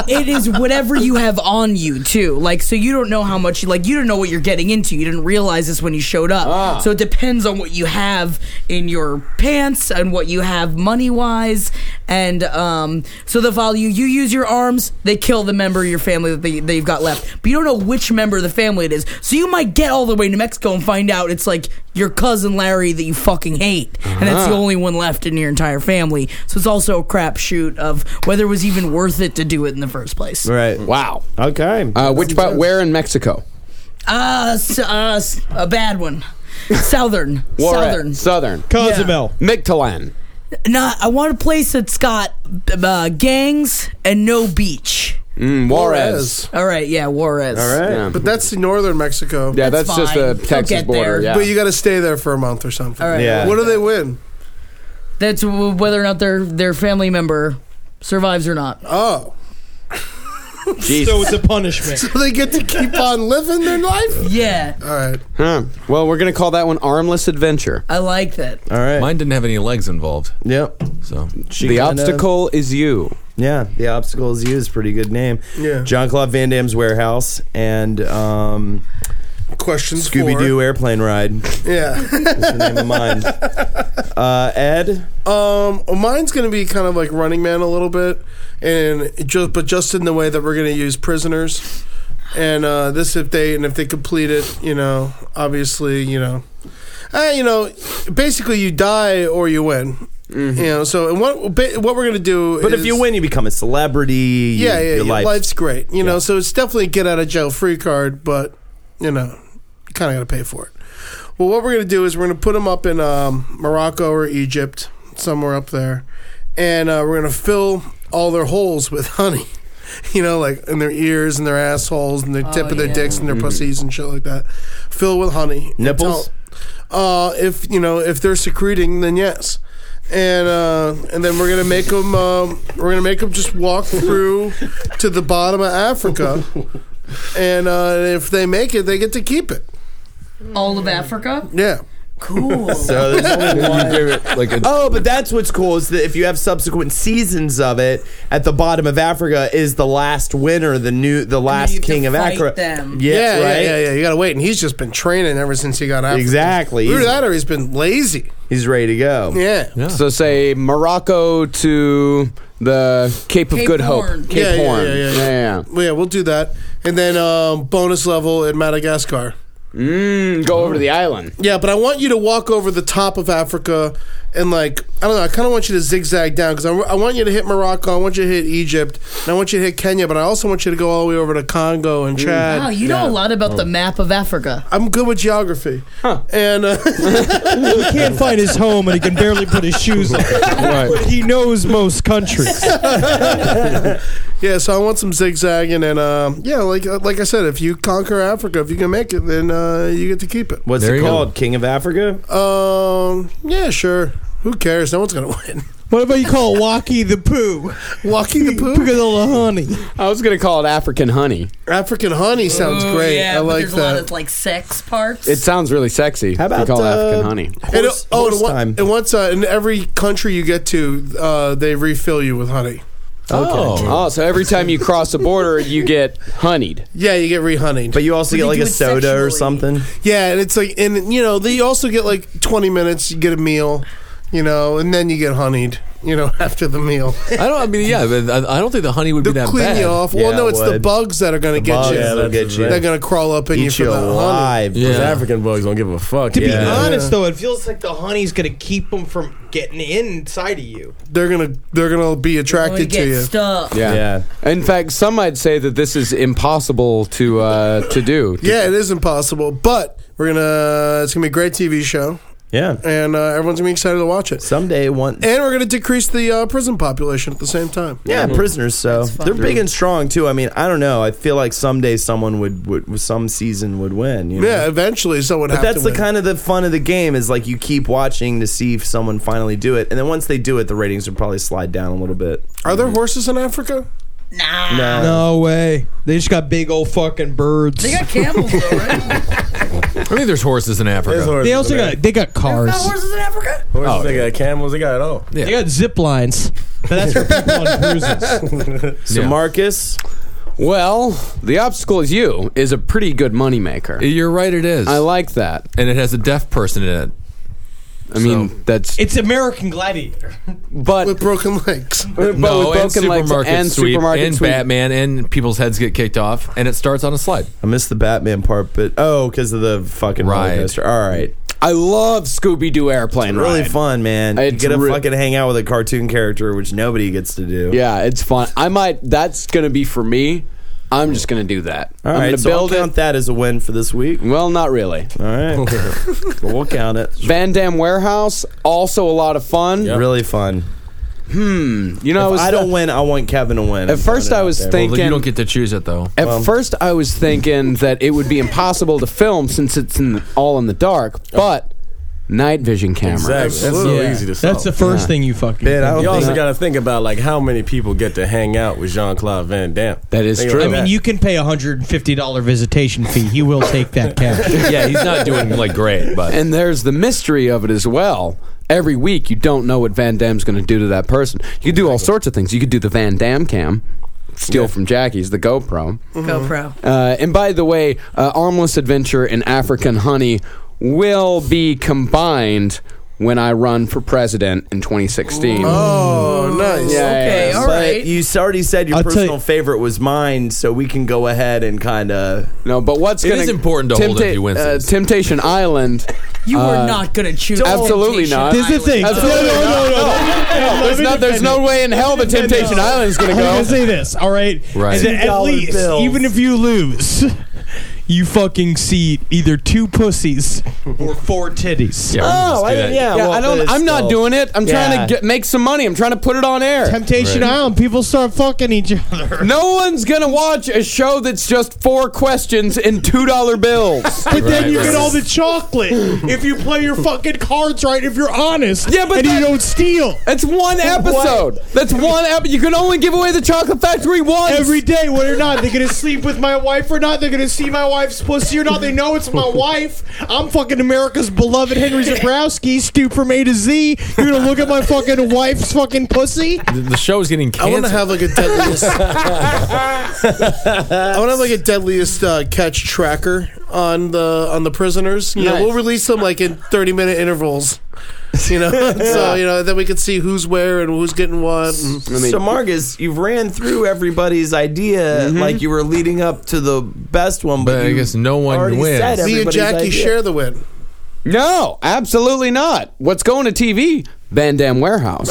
it is whatever you have on you too. Like so, you don't know how much. Like you don't know what you're getting into. You didn't realize this when you showed up.
Ah.
So it depends on what you have in your pants and what you have money wise. And um, so they'll follow you. You use your arms. They kill the member of your family that they, they've got left. But you don't know which member of the family it is. So you might get all the way to Mexico and find out it's like your cousin Larry that you fucking hate, and that's the
Uh-huh.
only only one left in your entire family. So it's also a crapshoot of whether it was even worth it to do it in the first place.
Right.
Wow.
Okay.
Uh, which part? Where in Mexico?
Uh, s- uh, s- a bad one. Southern.
Juarez.
Southern.
Southern.
Cozumel.
Mictlan.
Nah, I want a place that's got uh, gangs and no beach.
Mm, Juarez.
All right, yeah, Juarez.
Yeah.
But that's northern Mexico.
Yeah, That's that's just fine. the They'll Texas get border, there. yeah.
But you got to stay there for a month or something.
All right. Yeah.
What do they win?
That's w- whether or not their their family member survives or not.
Oh.
So it's a punishment.
So they get to keep on living their life?
Yeah.
All right.
Huh. Well, we're gonna call that one Armless Adventure.
I like that.
All right.
Mine didn't have any legs involved.
Yep.
So
the obstacle is you.
Yeah, the obstacle is you is a pretty good name.
Yeah.
John Claude Van Damme's warehouse and um,
questions.
Scooby Doo airplane ride.
Yeah.
That's the name of mine. Uh, Ed.
Um, mine's gonna be kind of like Running Man a little bit, and just but just in the way that we're gonna use prisoners, and uh, this if they and if they complete it, you know, obviously, you know, uh, you know, basically you die or you win, you know. So and what ba- what we're gonna do?
Mm-hmm. But if you
is-
win, you become a celebrity. you-
yeah, yeah,
your
your
life.
life's great, you know. So it's definitely a get out of jail free card, but you know, you kind of got to pay for it. Well, what we're gonna do is we're gonna put them up in um, Morocco or Egypt, somewhere up there, and uh, we're gonna fill all their holes with honey. You know, like in their ears and their assholes and their tip
Oh,
of their
yeah.
dicks and their
Mhm.
pussies and shit like that. Fill with honey. And
Nipples?
tell- uh, if you know if they're secreting, then yes. And uh, and then we're gonna make them um, we're gonna make them just walk through to the bottom of Africa, and uh, if they make it, they get to keep it.
All of Africa.
Yeah.
Cool.
So there's only one.
like a-
oh, but that's what's cool is that if you have subsequent seasons of it, at the bottom of Africa is the last winner, the new, the last king of
fight
Africa.
them.
Yeah,
Yeah, yeah,
right.
yeah, yeah. You gotta wait, and he's just been training ever since he got out.
Exactly.
Either
He's-
that, or he's been lazy.
He's ready to go.
Yeah.
So say Morocco to the Cape of
Cape
Good
Horn.
Hope. Cape
Yeah, yeah,
Horn.
yeah, yeah, yeah.
yeah.
Well, yeah, we'll do that, and then um, bonus level in Madagascar.
Mm, go over to the island.
Yeah, but I want you to walk over the top of Africa and like I don't know. I kind of want you to zigzag down because I, I want you to hit Morocco. I want you to hit Egypt, and I want you to hit Kenya. But I also want you to go all the way over to Congo and Chad.
Wow, you know a lot about the map of Africa.
I'm good with geography, and uh,
he can't find his home and he can barely put his shoes on. But he knows most countries.
yeah. So I want some zigzagging, and um, yeah, like like I said, if you conquer Africa, if you can make it, then uh, you get to keep it.
What's it called? King of Africa?
Um, yeah, sure. Who cares? No one's gonna win.
What about you call it Walkie the Poo?
Walkie the Poo?
Because of the honey.
I was gonna call it African honey.
African honey sounds great. I like
there's
that.
a lot of like sex parts.
It sounds really sexy. How
about,
to call it African
uh,
honey?
And, uh, oh, and, one- and once uh, in every country you get to, uh, they refill you with honey.
Oh. oh, so every time you cross a border, you get honeyed.
Yeah, you get rehoneyed.
But you also
But
get
they
like
do
a
it
soda or something.
Yeah, and it's like, and you know, they also get like twenty minutes. You get a meal, you know, and then you get honeyed, you know, after the meal.
I don't. I mean, yeah, but I I don't think the honey would be that
Clean
bad.
you off. well, no, it's the bugs that are going to get
bugs
you.
that'll get you.
They're going to crawl up in
Eat
you for
you
that
alive,
honey.
'cause Yeah.
African bugs don't give a fuck.
To
yeah.
be honest, though, it feels like the honey's going to keep them from getting inside of you.
They're gonna they're gonna be attracted
get to you. stuck.
Yeah.
Yeah.
In fact, some might say that this is impossible to uh, to do.
Yeah, it is impossible, but we're gonna. It's gonna be a great TV show.
Yeah.
And uh, everyone's going to be excited to watch it.
Someday, one.
And we're going to decrease the uh, prison population at the same time.
Yeah, prisoners. So they're big and strong too. I mean, I don't know. I feel like someday someone would, would some season would win. You know?
Yeah, eventually someone
But
have
that's
to
the
win.
kind of the fun of the game is like you keep watching to see if someone finally do it, and then once they do it, the ratings would probably slide down a little bit.
Are there horses in Africa?
No.
No way. They just got big old fucking birds. They got
camels.
I think there's horses in Africa.
they also got they got cars.
horses in Africa.
Horses,
Oh,
they got camels, they got it all.
They got zip lines. But that's for people on cruises.
So Marcus,
Well, the obstacle is you is a pretty good moneymaker.
You're right. It is.
I like that.
And it has a deaf person in it.
I mean, that's
It's American Gladiator.
but
with broken legs.
But
no,
with
and
broken legs
supermarket
and
sweep
supermarket
and
sweep.
Batman and people's heads get kicked off, and it starts on a slide.
I missed the Batman part, but oh, because of the fucking roller
Ride.
coaster. All right,
I love Scooby Doo airplane
really
ride.
fun, man. You
It's
get to
re-
fucking hang out with a cartoon character, which nobody gets to do.
Yeah, it's fun. I might. That's gonna be for me. I'm just gonna do that.
All
I'm
right,
gonna
so I'll
build
count that as a win for this week.
it. Well, not really.
All right, but we'll count it.
Van Dam Warehouse also a lot of fun.
Really fun.
Hmm. You know, I,
if
was
I don't win, I want Kevin to win.
At first I was thinking-
Well, you don't get to choose it though.
At first, I was thinking that it would be impossible to film since it's in the, all in the dark, but night vision cameras.
Exactly. That's so easy to solve.
That's the first
Yeah.
thing you fucking.
Ben, I don't
you also
think-
got to think about like how many people get to hang out with Jean Claude Van Damme.
That is
Think
true.
I
about
mean,
that.
you can pay a hundred and fifty dollar visitation fee. He will take that cash.
yeah, he's not doing like great, but
And there's the mystery of it as well. Every week, you don't know what Van Damme's going to do to that person. You could do all sorts of things. You could do the Van Damme cam, steal from Jackie's, the GoPro.
Mm-hmm. GoPro.
Uh, and by the way, uh, Armless Adventure and African Honey will be combined when I run for president in 2016.
Oh, nice.
Yeah,
Okay, all
but
right.
you s- already said your
I'll tell
personal
you-
favorite was mine, so we can go ahead and kind of.
No, but what's
It
going
is important to hold a few
uh,
wins.
Temptation Island.
You are
uh,
not gonna choose.
absolutely
Temptation
not.
This is the
Island.
thing.
Absolutely
No, no,
not.
no, no, no.
No, there's,
Let me
no, there's
defend
no
you.
way in hell the Temptation Island is going
I'm
to
gonna
go.
say this. All right,
Right.
Is that at
Dollar
least,
bills.
even if you lose, you fucking see either two pussies or four titties.
yeah, we can just do that.
Yeah, I don't. I'm not doing it. I'm
Yeah.
trying to get, make some money. I'm trying to put it on air.
Temptation
Right.
Island. People start fucking each other.
No one's gonna watch a show that's just four questions and two dollar bills.
But
Right,
then you
right.
get all the chocolate if you play your fucking cards right. If you're honest,
Yeah, but
and
that-
you don't steal
That's one episode. That's one episode. You can only give away the Chocolate Factory once.
every day, whether or not they're gonna sleep with my wife or not, they're gonna see my wife's pussy or not. They know it's my wife. I'm fucking America's beloved Henry Zabrowski, stoop from A to Z. You're gonna look at my fucking wife's fucking pussy.
The- The show's getting
I
canceled.
want to have like a deadliest. I want to have like a deadliest uh, catch tracker on the on the prisoners. You know, we'll release them like in thirty minute intervals. You know, so you know then we can see who's where and who's getting what. And
So Marcus, you've ran through everybody's idea like you were leading up to the best one, but,
But I
you
guess no one
already
wins.
said
Me
me and
everybody's
Jackie
idea.
share the win.
no, absolutely not. What's going to TV? Van Dam Warehouse.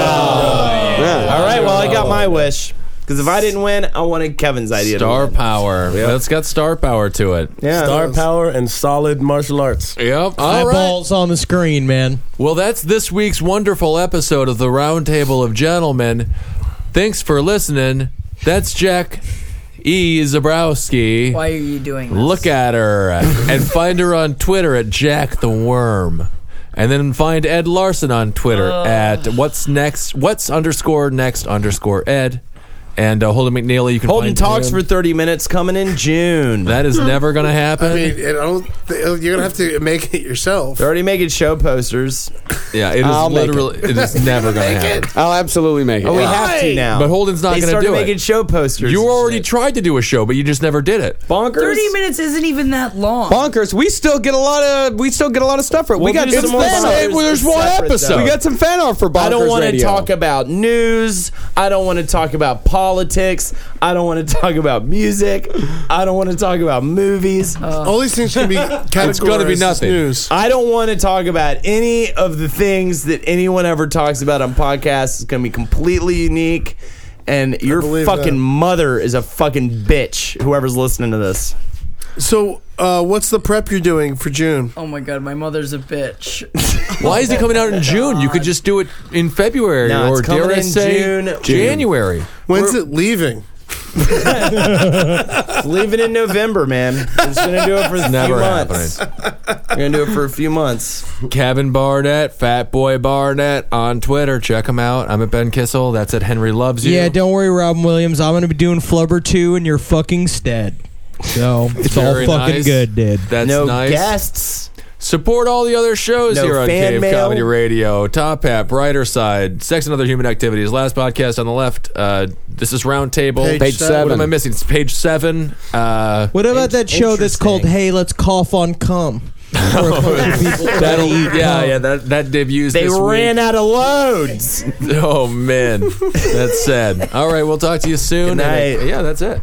Yeah. All right, well I got my wish because if I didn't win, I wanted Kevin's idea.
star
to win.
power.
Yeah.
That's got star power to it.
Yeah.
Star power and solid martial arts.
Yep. All right.
Eyeballs on the screen, man.
Well, that's this week's wonderful episode of the Roundtable of Gentlemen. Thanks for listening. That's Jack E. Zabrowski.
Why are you doing this?
Look at her and find her on Twitter at Jack the Worm. And then find Ed Larson on Twitter at what's next, what's underscore next underscore Ed. And uh, Holden McNeely, you can
Holden
find
talks
him.
for 30 minutes coming in June.
That is never going to happen.
I mean, I don't. You're gonna have to make it yourself.
They're already making show posters.
yeah, it is
I'll make it.
literally, it is never going to happen.
I'll absolutely make it.
Oh, we have to now.
But Holden's not
They
gonna
started
do it.
making show posters.
You
and
already
shit.
tried to do a show, but you just never did it.
bonkers.
Thirty minutes isn't even that long.
bonkers. We still get a lot of we still get a lot of stuff. For, we
We'll
got
do
some
some more
fan
bonkers.
art. Well, there's
It's
one
separate,
episode.
though.
We got some fan art for bonkers.
I don't want to
Radio.
talk about news. I don't want to talk about politics. I don't want to talk about music. I don't want to talk about movies.
Uh.
All these things can be categorized
gonna be
as
nothing.
news.
I don't want to talk about any of the things that anyone ever talks about on podcasts. It's going to be completely unique. And your
believe
fucking
that.
mother is a fucking bitch, whoever's listening to this.
So, uh, what's the prep you're doing for June?
Oh my god, my mother's a bitch.
Why is it coming out in June? You could just do it in February
No, it's
or dare
coming
I
in
say
June.
January.
When's it leaving?
Leaving in November, man. We're just gonna do it for a few
Never
months. We're gonna do it for a few months.
Kevin Barnett, Fat Boy Barnett on Twitter. Check him out. I'm at Ben Kissel. That's at Henry Loves You.
Yeah, don't worry, Robin Williams. I'm gonna be doing Flubber two in your fucking stead. So it's
Very
all fucking
nice.
good, dude.
That's nice.
guests.
Support all the other shows
No
here on
fan
Cave
mail.
Comedy Radio. Top Hat, Brighter Side, Sex and Other Human Activities. Last podcast on the left. Uh, this is Roundtable.
Page Page seven.
What am I missing? It's page seven. Uh,
What about that show that's called "Hey, Let's Cough on Cum"?
That'll, yeah, yeah. That that debuts.
They
this week.
ran out of loads.
Oh man, that's sad. All right, we'll talk to you soon.
Good
And, uh,
night.
yeah, that's it.